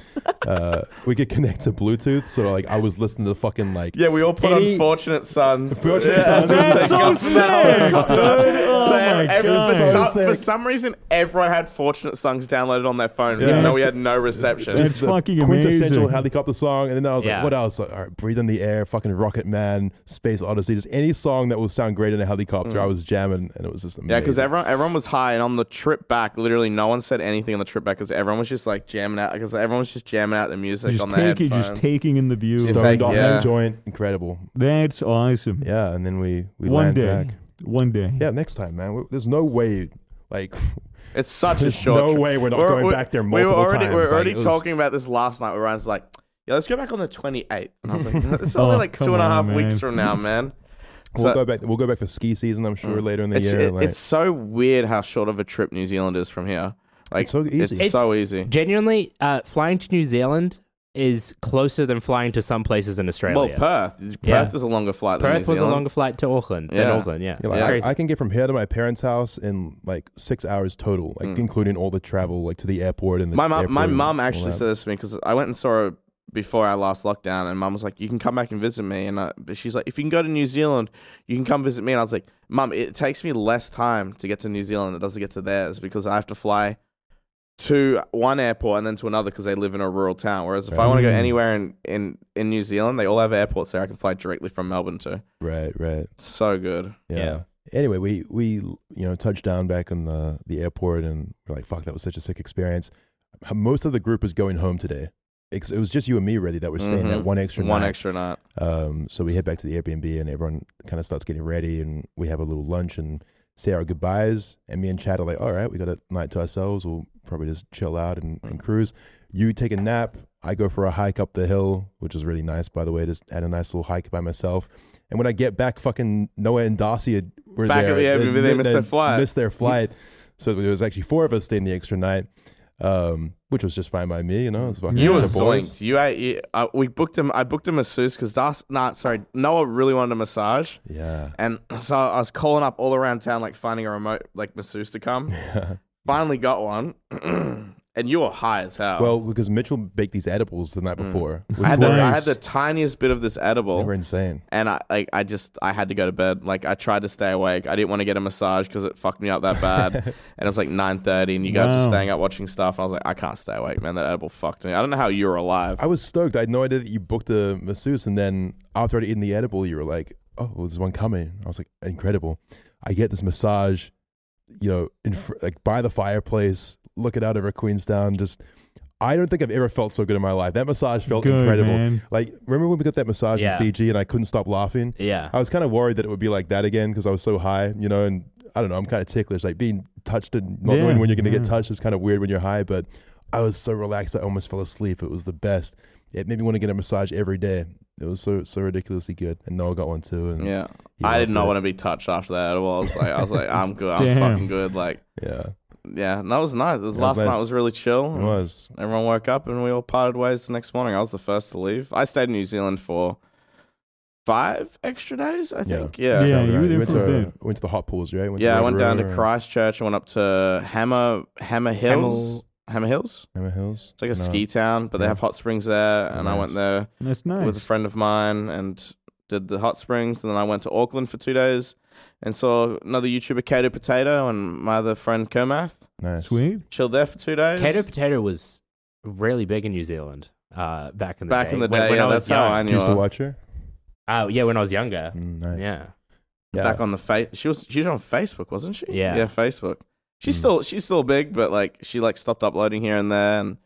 Uh, we could connect to Bluetooth, so like I was listening to fucking like yeah, we all put Any- on Fortunate Sons. Fortunate Yeah, Sons. we That's take so off- sick, dude. Oh So my every- God. for, So some, for sick. some reason, everyone had Fortunate Songs downloaded on their phone, Yeah. even though we Yes. had no reception. That's the fucking quintessential amazing. helicopter song, and then I was Yeah. like, what else? Like, all right, Breathe in the Air, fucking Rocket Man, Space Odyssey, just any song that will sound great in a helicopter. I was jamming, and it was just amazing. Mm. Yeah, because everyone everyone was high, and on the trip back, literally no one said anything on the trip back because everyone was just like jamming out. Because everyone was just jamming out the music just on the taking, headphones. just taking in the view. stoned like, off yeah. that joint, incredible. That's awesome. Yeah, and then we we One land day. back. One day. Yeah, next time, man. We- There's no way, like. It's such a There's short. no trip. way we're not We're- going we- back there we multiple were already, We times. were Like, already it was- talking about this last night. Where Ryan's like, "Yeah, let's go back on the 28th. and I was like, "It's only Oh, like come two and a half on, man. weeks from now, man." We'll So- Mm. go back. We'll go back for ski season. I'm sure later in the It's, year. it- like, it's so weird how short of a trip New Zealand is from here. Like It's so easy. It's, It's- so easy. Genuinely, uh, flying to New Zealand is closer than flying to some places in Australia. Well, Perth. Perth Yeah. is a longer flight. than Perth New was a Zealand. longer flight to Auckland than Yeah. Auckland, yeah. Yeah, like, It's I- crazy. I, can get from here to my parents' house in like six hours total, like including all the travel, like to the airport and the Mm. My mom, my airport and mom all actually that. said this to me because I went and saw her before our last lockdown, and mom was like, "You can come back and visit me." And I, but she's like, "If you can go to New Zealand, you can come visit me." And I was like, "Mom, it takes me less time to get to New Zealand than it does to get to theirs because I have to fly to one airport and then to another because they live in a rural town. Whereas if I want to go anywhere in, in in New Zealand, they all have airports there. I can fly directly from Melbourne to. Right, right. So good. Yeah. Yeah. Anyway, we we you know touched down back in the the airport and we're like, fuck, that was such a sick experience. Most of the group is going home today. Ex- It was just you and me really that were staying Mhm. that one extra One night. extra night. Um, so we head back to the Airbnb and everyone kind of starts getting ready and we have a little lunch and say our goodbyes. And me and Chad are like, all right, we got a night to ourselves. We'll probably just chill out and, and Mm. cruise. You take a nap. I go for a hike up the hill, which is really nice, by the way. Just had a nice little hike by myself. And when I get back, fucking Noah and Darcy were Back there. at the Airbnb, they missed their flight. Missed their flight. so there was actually four of us staying the extra night, um, which was just fine by me, you know. It was fucking You the were boys. zoinked. You, I, you I, we booked him. I booked a masseuse because Das. Nah, sorry. Noah really wanted a massage, Yeah. and so I was calling up all around town, like finding a remote like masseuse to come. Finally got one, and you were high as hell. Well, because Mitchell baked these edibles the night before, which Oh. Mm. I had, were, the, I Nice. had the tiniest bit of this they edible, were insane. and I, like, I just, I had to go to bed. Like, I tried to stay awake. I didn't want to get a massage because it fucked me up that bad. and it was like nine thirty, and you guys Wow. were staying up watching stuff. And I was like, I can't stay awake, man. That edible fucked me. I don't know how you were alive. I was stoked. I had no idea that you booked a masseuse, and then after I'd eaten the edible, you were like, "Oh, well, there's one coming." I was like, "Incredible!" I get this massage, you know, in fr- like by the fireplace, looking out over Queenstown. Just, I don't think I've ever felt so good in my life. That massage felt Good, incredible. man. Like, remember when we got that massage Yeah. in Fiji, and I couldn't stop laughing. yeah. I was kind of worried that it would be like that again because I was so high, you know, and I don't know, I'm kind of ticklish. Like being touched and not Yeah, Mm. knowing when you're going to yeah. get touched is kind of weird when you're high, but I was so relaxed I almost fell asleep. It was the best. It made me want to get a massage every day. It was so so ridiculously good. And Noah got one too. And Yeah. he I did loved not it. want to be touched after that at all. I was like, I was like, I'm good. I'm Damn. fucking good. Like, Yeah, yeah. And that was nice. This That was last nice. night was really chill. it was. Everyone woke up and we all parted ways the next morning. I was the first to leave. I stayed in New Zealand for five extra days, I think. Yeah. Yeah. Yeah, Sounds you were there went for a to bit. went to the hot pools, right? Went I went down to Rotorua and Christchurch. I went up to Hammer Hammer Hills. Hamel- Hammer Hills? Hammer Hills. It's like a No. ski town, but they Yeah. have hot springs there. And I went Nice. there That's nice. with a friend of mine and did the hot springs. And then I went to Auckland for two days and saw another YouTuber, Kato Potato, and my other friend, Kermath. Nice. Sweet. Chilled there for two days. Potato Potato was really big in New Zealand uh, back in the Back day. in the day, When- when yeah, I was that's how I You knew. used to her. watch her. young. Oh, yeah, when I was younger. Mm, nice. Yeah. Yeah. back on the face. She was she was on Facebook, wasn't she? Yeah. yeah, Facebook. She's Mm. still she's still big, but like she like stopped uploading here and there and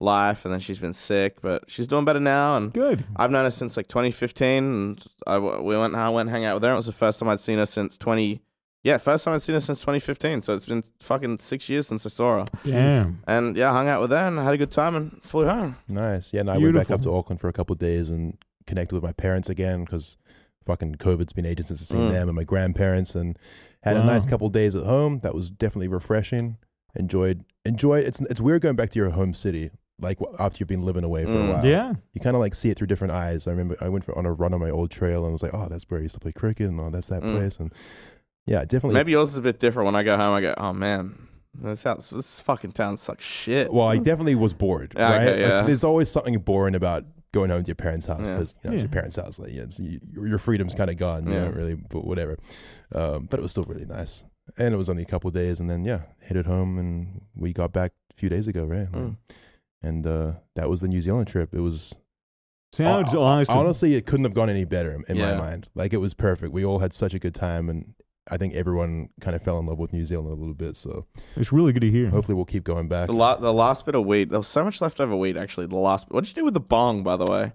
life, and then she's been sick, but she's doing better now. And Good. Ah, I've known her since like 2015, and I w- we went I went and hang out with her. It was the first time I'd seen her since 20. Yeah, first time I'd seen her since 2015. So it's been fucking six years since I saw her. Damn. And yeah, hung out with her and had a good time and flew home. Nice. Yeah, and I went back up to Auckland for a couple of days and connected with my parents again because fucking COVID's been ages since I've seen Mm. them and my grandparents and had a Wow. nice couple of days at home. That was definitely refreshing. Enjoyed enjoy it's it's weird going back to your home city like wh- after you've been living away for Mm. a while. Yeah. You kind of like see it through different eyes. I remember I went for, on a run on my old trail and was like, "Oh, that's where I used to play cricket and oh, that's that Mm. place." And yeah, definitely Maybe yours is a bit different. When I go home, I go, oh man, this house, this fucking town sucks shit. Well, I definitely was bored. Yeah, right? Ah, okay, Like, yeah. there's always something boring about going home to your parents' house Yeah. because you know, it's Yeah. your parents' house. Like, yeah, it's, you, your freedom's kind of gone. You Yeah. don't really, but whatever. Um, but it was still really nice, and it was only a couple of days, and then yeah, hit it home, and we got back a few days ago, right? Mm. And uh, that was the New Zealand trip. It was Sounds Hon- awesome. honestly, it couldn't have gone any better in my Yeah. mind. Like it was perfect. We all had such a good time, and I think everyone kind of fell in love with New Zealand a little bit. So It's really good to Mm-hmm. hear. hopefully, we'll keep going back. The, la- the last bit of weed. There was so much leftover weed, actually. The last. What did you do with the bong, by the way?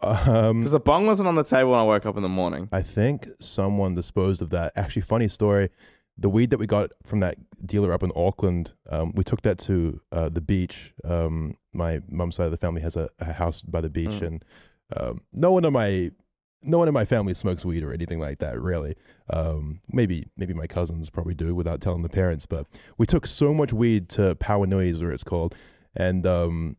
Um, Because the bong wasn't on the table when I woke up in the morning. I think someone disposed of that. Actually, funny story. The weed that we got from that dealer up in Auckland, um, we took that to uh, the beach. Um, my mum's side of the family has a, a house by the beach, Mm. and um, no one in my no one in my family smokes weed or anything like that. Really, um, maybe maybe my cousins probably do without telling the parents. But we took so much weed to Pawanui, is where it's called, and um,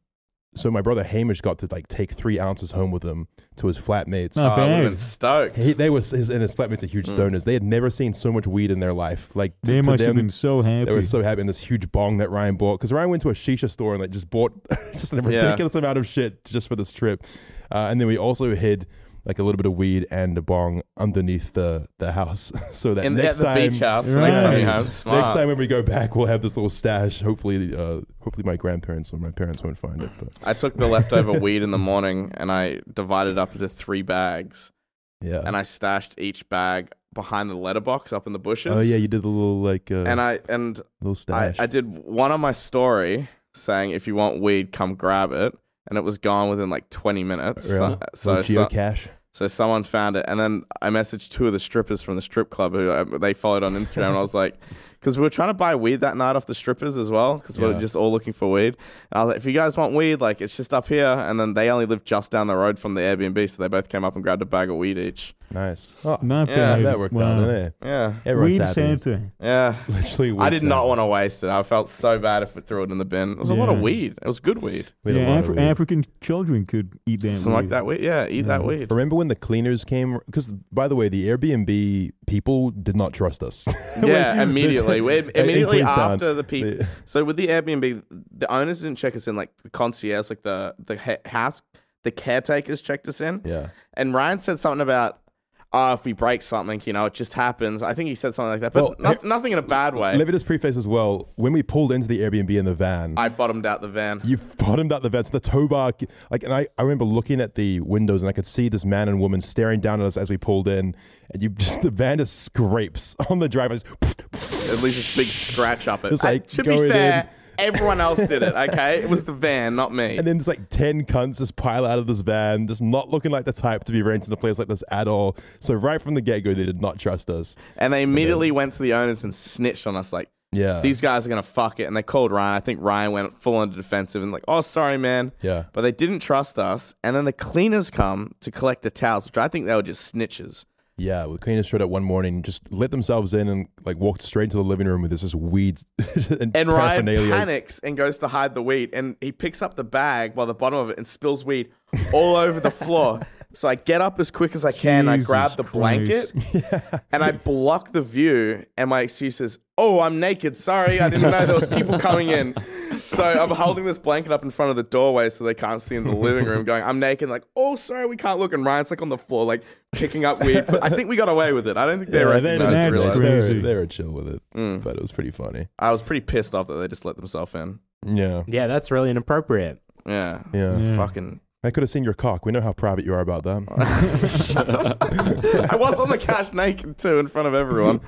so my brother Hamish got to like take three ounces home with him to his flatmates. Oh, I would have been bad. stoked. He, they was his and his flatmates are huge Mm. stoners. They had never seen so much weed in their life. Like t- They to must have them, been so happy. they were so happy. And this huge bong that Ryan bought because Ryan went to a shisha store and like just bought just a ridiculous amount of shit just for this trip. Uh, and then we also hid like a little bit of weed and a bong underneath the the house so that in next at the time. beach house. the Next time you Right. have smart. Next time when we go back, we'll have this little stash. Hopefully, uh, hopefully my grandparents or my parents won't find it. But I took the leftover weed in the morning and I divided up into three bags yeah, and I stashed each bag behind the letterbox up in the bushes. oh yeah, you did the little like uh, And I and little I, stash. I did one on my story saying if you want weed, come grab it. And it was gone within like 20 minutes. Really? So, so, Little so, geocache. So someone found it, and then I messaged two of the strippers from the strip club who I, they followed on Instagram. and I was like, because we were trying to buy weed that night off the strippers as well, because we Yeah. were just all looking for weed. And I was like, if you guys want weed, like it's just up here. And then they only lived just down the road from the Airbnb, so they both came up and grabbed a bag of weed each. Nice. Oh, Not Yeah, bad. that worked out, Wow. didn't it? Yeah, Everyone's Weed happy. Santa. yeah. Literally, I did not want to waste it. I felt so bad if we threw it in the bin. It was a lot of Yeah. weed. It was good weed. We had a yeah, lot Af- of weed. African children could eat that. Something weed. like that weed. Yeah, eat that weed. Remember when the cleaners came? Because by the way, the Airbnb people did not trust us. Yeah, immediately. We- In immediately Queenstown. after the people. They- So with the Airbnb, the owners didn't check us in. Like the concierge, like the the ha- house, the caretakers checked us in. Yeah. And Ryan said something about, "Oh, if we break something, you know, it just happens." I think he said something like that, but Well, no- nothing in a bad way. Let me just preface as well. When we pulled into the Airbnb in the van, I bottomed out the van. you bottomed out the vets, the tow bar. Like, and I, I remember looking at the windows and I could see this man and woman staring down at us as we pulled in. And you just, the van just scrapes on the driver. At least this big scratch up it. It's like I- to be going in. fair, everyone else did it. Okay, it was the van, not me. And then there's like 10 cunts just pile out of this van, just not looking like the type to be renting a place like this at all. So, right from the get go, they did not trust us. And they immediately went to the owners and snitched on us, like, Yeah. These guys are gonna fuck it, and they called Ryan. I think Ryan went full into defensive and like, oh, sorry, man. Yeah. But they didn't trust us, and then the cleaners come to collect the towels, which I think they were just snitches. Yeah, we cleaned his shirt up one morning, just lit themselves in and like walked straight into the living room with this just weeds and, And Ryan paraphernalia. panics and goes to hide the weed, and he picks up the bag by the bottom of it and spills weed all over the floor. So I get up as quick as I can. I grab Jesus the Christ. blanket and I block the view. And my excuse is, "Oh, I'm naked. Sorry, I didn't know there was people coming in." So I'm holding this blanket up in front of the doorway so they can't see in the living room. Going, "I'm naked." Like, "Oh, sorry, we can't look." And Ryan's like on the floor, like picking up weed. But I think we got away with it. I don't think they Yeah, they, recognized. that's they, That's they, realize. they, crazy. were, they were chill with it, Mm. but it was pretty funny. I was pretty pissed off that they just let themselves in. Yeah, Yeah, that's really inappropriate. Yeah. yeah. Fucking. I could have seen your cock. We know how private you are about that. I was on the couch naked too in front of everyone,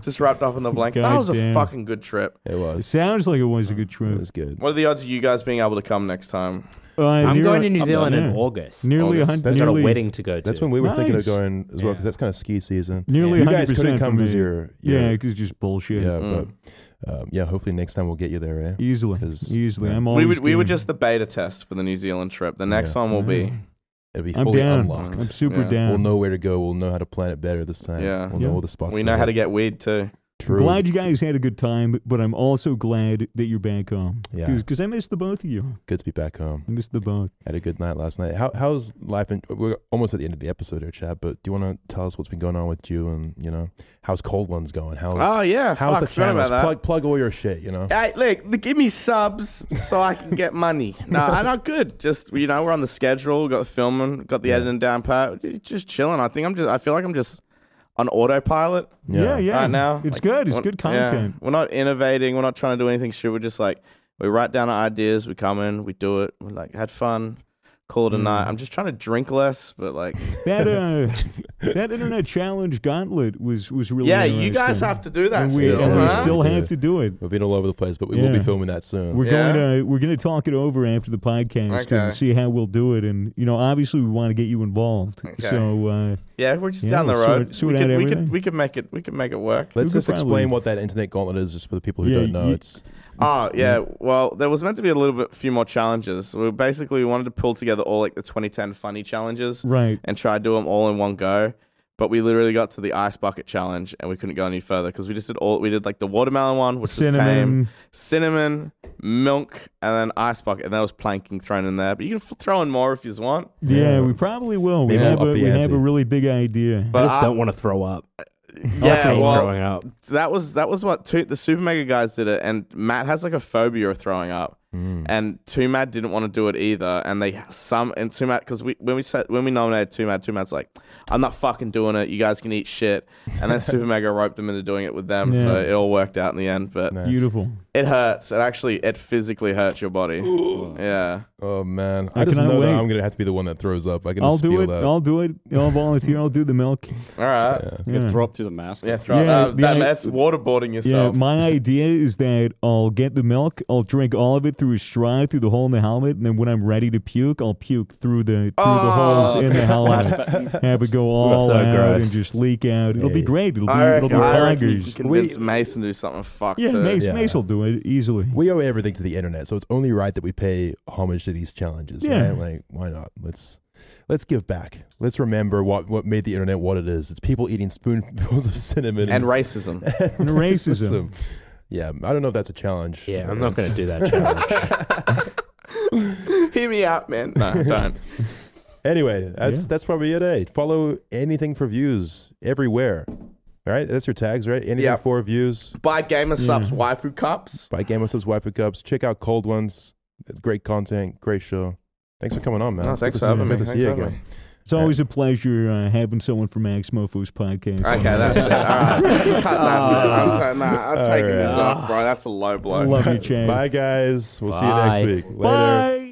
just wrapped up in the blanket. that was Goddamn. a fucking good trip. it It was. sounds like it was a good It trip. was good. What are the odds of you guys being able to come next time? Uh, I'm near- going to New Zealand in yeah. August. Nearly a August. hundred. That's I've got a Nearly, wedding to go to. That's when we were thinking of Nice. going as well because Yeah. that's kind of ski season. Nearly you 100% guys couldn't come for because me. you're Yeah, yeah because just bullshit. yeah, Mm. but um, yeah. Hopefully next time we'll get you there. Eh? Easily, 'Cause, easily. yeah. I'm always. we would, we were game. just the beta test for the New Zealand trip. The next Yeah. one will be. It'll be I'm fully down. unlocked. I'm super Yeah. down. We'll know where to go. We'll know how to plan it better this time. Yeah. we'll Yeah. know all the spots. We to know hit. how to get weed too. True. Glad you guys had a good time, but I'm also glad that you're back home. Yeah. Because I missed the both of you. Good to be back home. I missed the both. Had a good night last night. How how's life? In, we're almost at the end of the episode here, Chad. But do you want to tell us what's been going on with you and you know how's Cold One's going? How's Oh yeah, how's fuck, the forgot channels? about that. Plug plug all your shit. You know. Hey, look, give me subs so I can get money. No, I'm not good. Just you know, we're on the schedule. Got the filming, got the editing down pat. Just chilling. I think I'm just. I feel like I'm just on autopilot Yeah, yeah. right now. It's Like, good. It's we're- good yeah. content. We're not innovating. We're not trying to do anything shit. We're just like we write down our ideas. We come in. We do it. We like had fun. Call it Hmm. a night. I'm just trying to drink less, but like, That uh, that internet challenge gauntlet was was really yeah, you guys interesting. have to do that. and we, still, and we huh? still Yeah. have to do it. We've been all over the place, but we will be Yeah. filming that soon. We're Yeah? going to we're going to talk it over after the podcast Okay. and see how we'll do it. And you know, obviously, we want to get you involved. So uh, yeah, we're just Yeah, down the we'll road. sort- sort we, out eh? could, we everything. could we could make it we could make it work. Let's We could just explain probably- what that internet gauntlet is, just for the people who Yeah, don't know. you- it's Oh yeah. Well, there was meant to be a little bit few more challenges. We basically wanted to pull together all like the 2010 funny challenges right, and try to do them all in one go. But we literally got to the ice bucket challenge and we couldn't go any further because we just did all we did like the watermelon one, which was tame, cinnamon. cinnamon, milk, and then ice bucket, and that was planking thrown in there. But you can f- throw in more if you want. Yeah, we probably will. We Maybe we'll have a up the we have a ante. really big idea. I But just I- don't want to throw up. I yeah, hate well, throwing up. So that was that was what two, the super mega guys did it, and Matt has like a phobia of throwing up, Mm. and Two Mad didn't want to do it either, and they some and Two Mad because we when we said when we nominated Two Mad, Two Mad's like, I'm not fucking doing it. You guys can eat shit, and then Super Mega roped them into doing it with them, so Yeah. it all worked out in the end. But nice. Beautiful. it hurts. It actually it physically hurts your body. Yeah, Oh man, I I just cannot know that wait. I'm gonna have to be the one that throws up. I can I'll just feel do it. that. I'll do it. I'll volunteer. I'll do the milk. all right. Yeah. You Yeah. can throw up through the mask. throw Yeah, uh, the that, i- that's waterboarding Yeah, yourself. my idea is that I'll get the milk, I'll drink all of it through a straw, through the hole in the helmet, and then when I'm ready to puke, I'll puke through the through the Oh, Oh, holes in the helmet. Have it go all So out gross. and just leak out. It'll be Hey. great. It'll be I it'll be reckon, I reckon you can poggers. convince We- Mason to do something fucked. Yeah, too. Mace, Yeah. Mace will do it easily. we owe everything to the internet, so it's only right that we pay homage to these challenges. Yeah. right? like why not? Let's let's give back. Let's remember what what made the internet what it is. It's people eating spoonfuls of cinnamon and racism. And racism. Yeah, I don't know if that's a challenge. Yeah, I'm not going to do that challenge. Hear me out, man. No, don't. Anyway, that's Yeah. that's probably it. Eh? Follow anything for views everywhere. All right, that's your tags, right? Anything Yeah. for views. Buy Gamer Subs waifu cups. Buy Game of Subs, Waifu Cups. Check out Cold Ones. Great content, great show. Thanks for coming on, man. No, It's good to thanks for see- having me. Good to see you Thanks for having again. It's always a pleasure uh, having someone from Max Mofo's podcast. Okay, that's it. All right. Cut that. I'm, ta- nah, I'm All taking right. this off, bro. That's a low blow. Love you, Chad. Bye, guys. We'll see you next Bye. week. Later. Bye.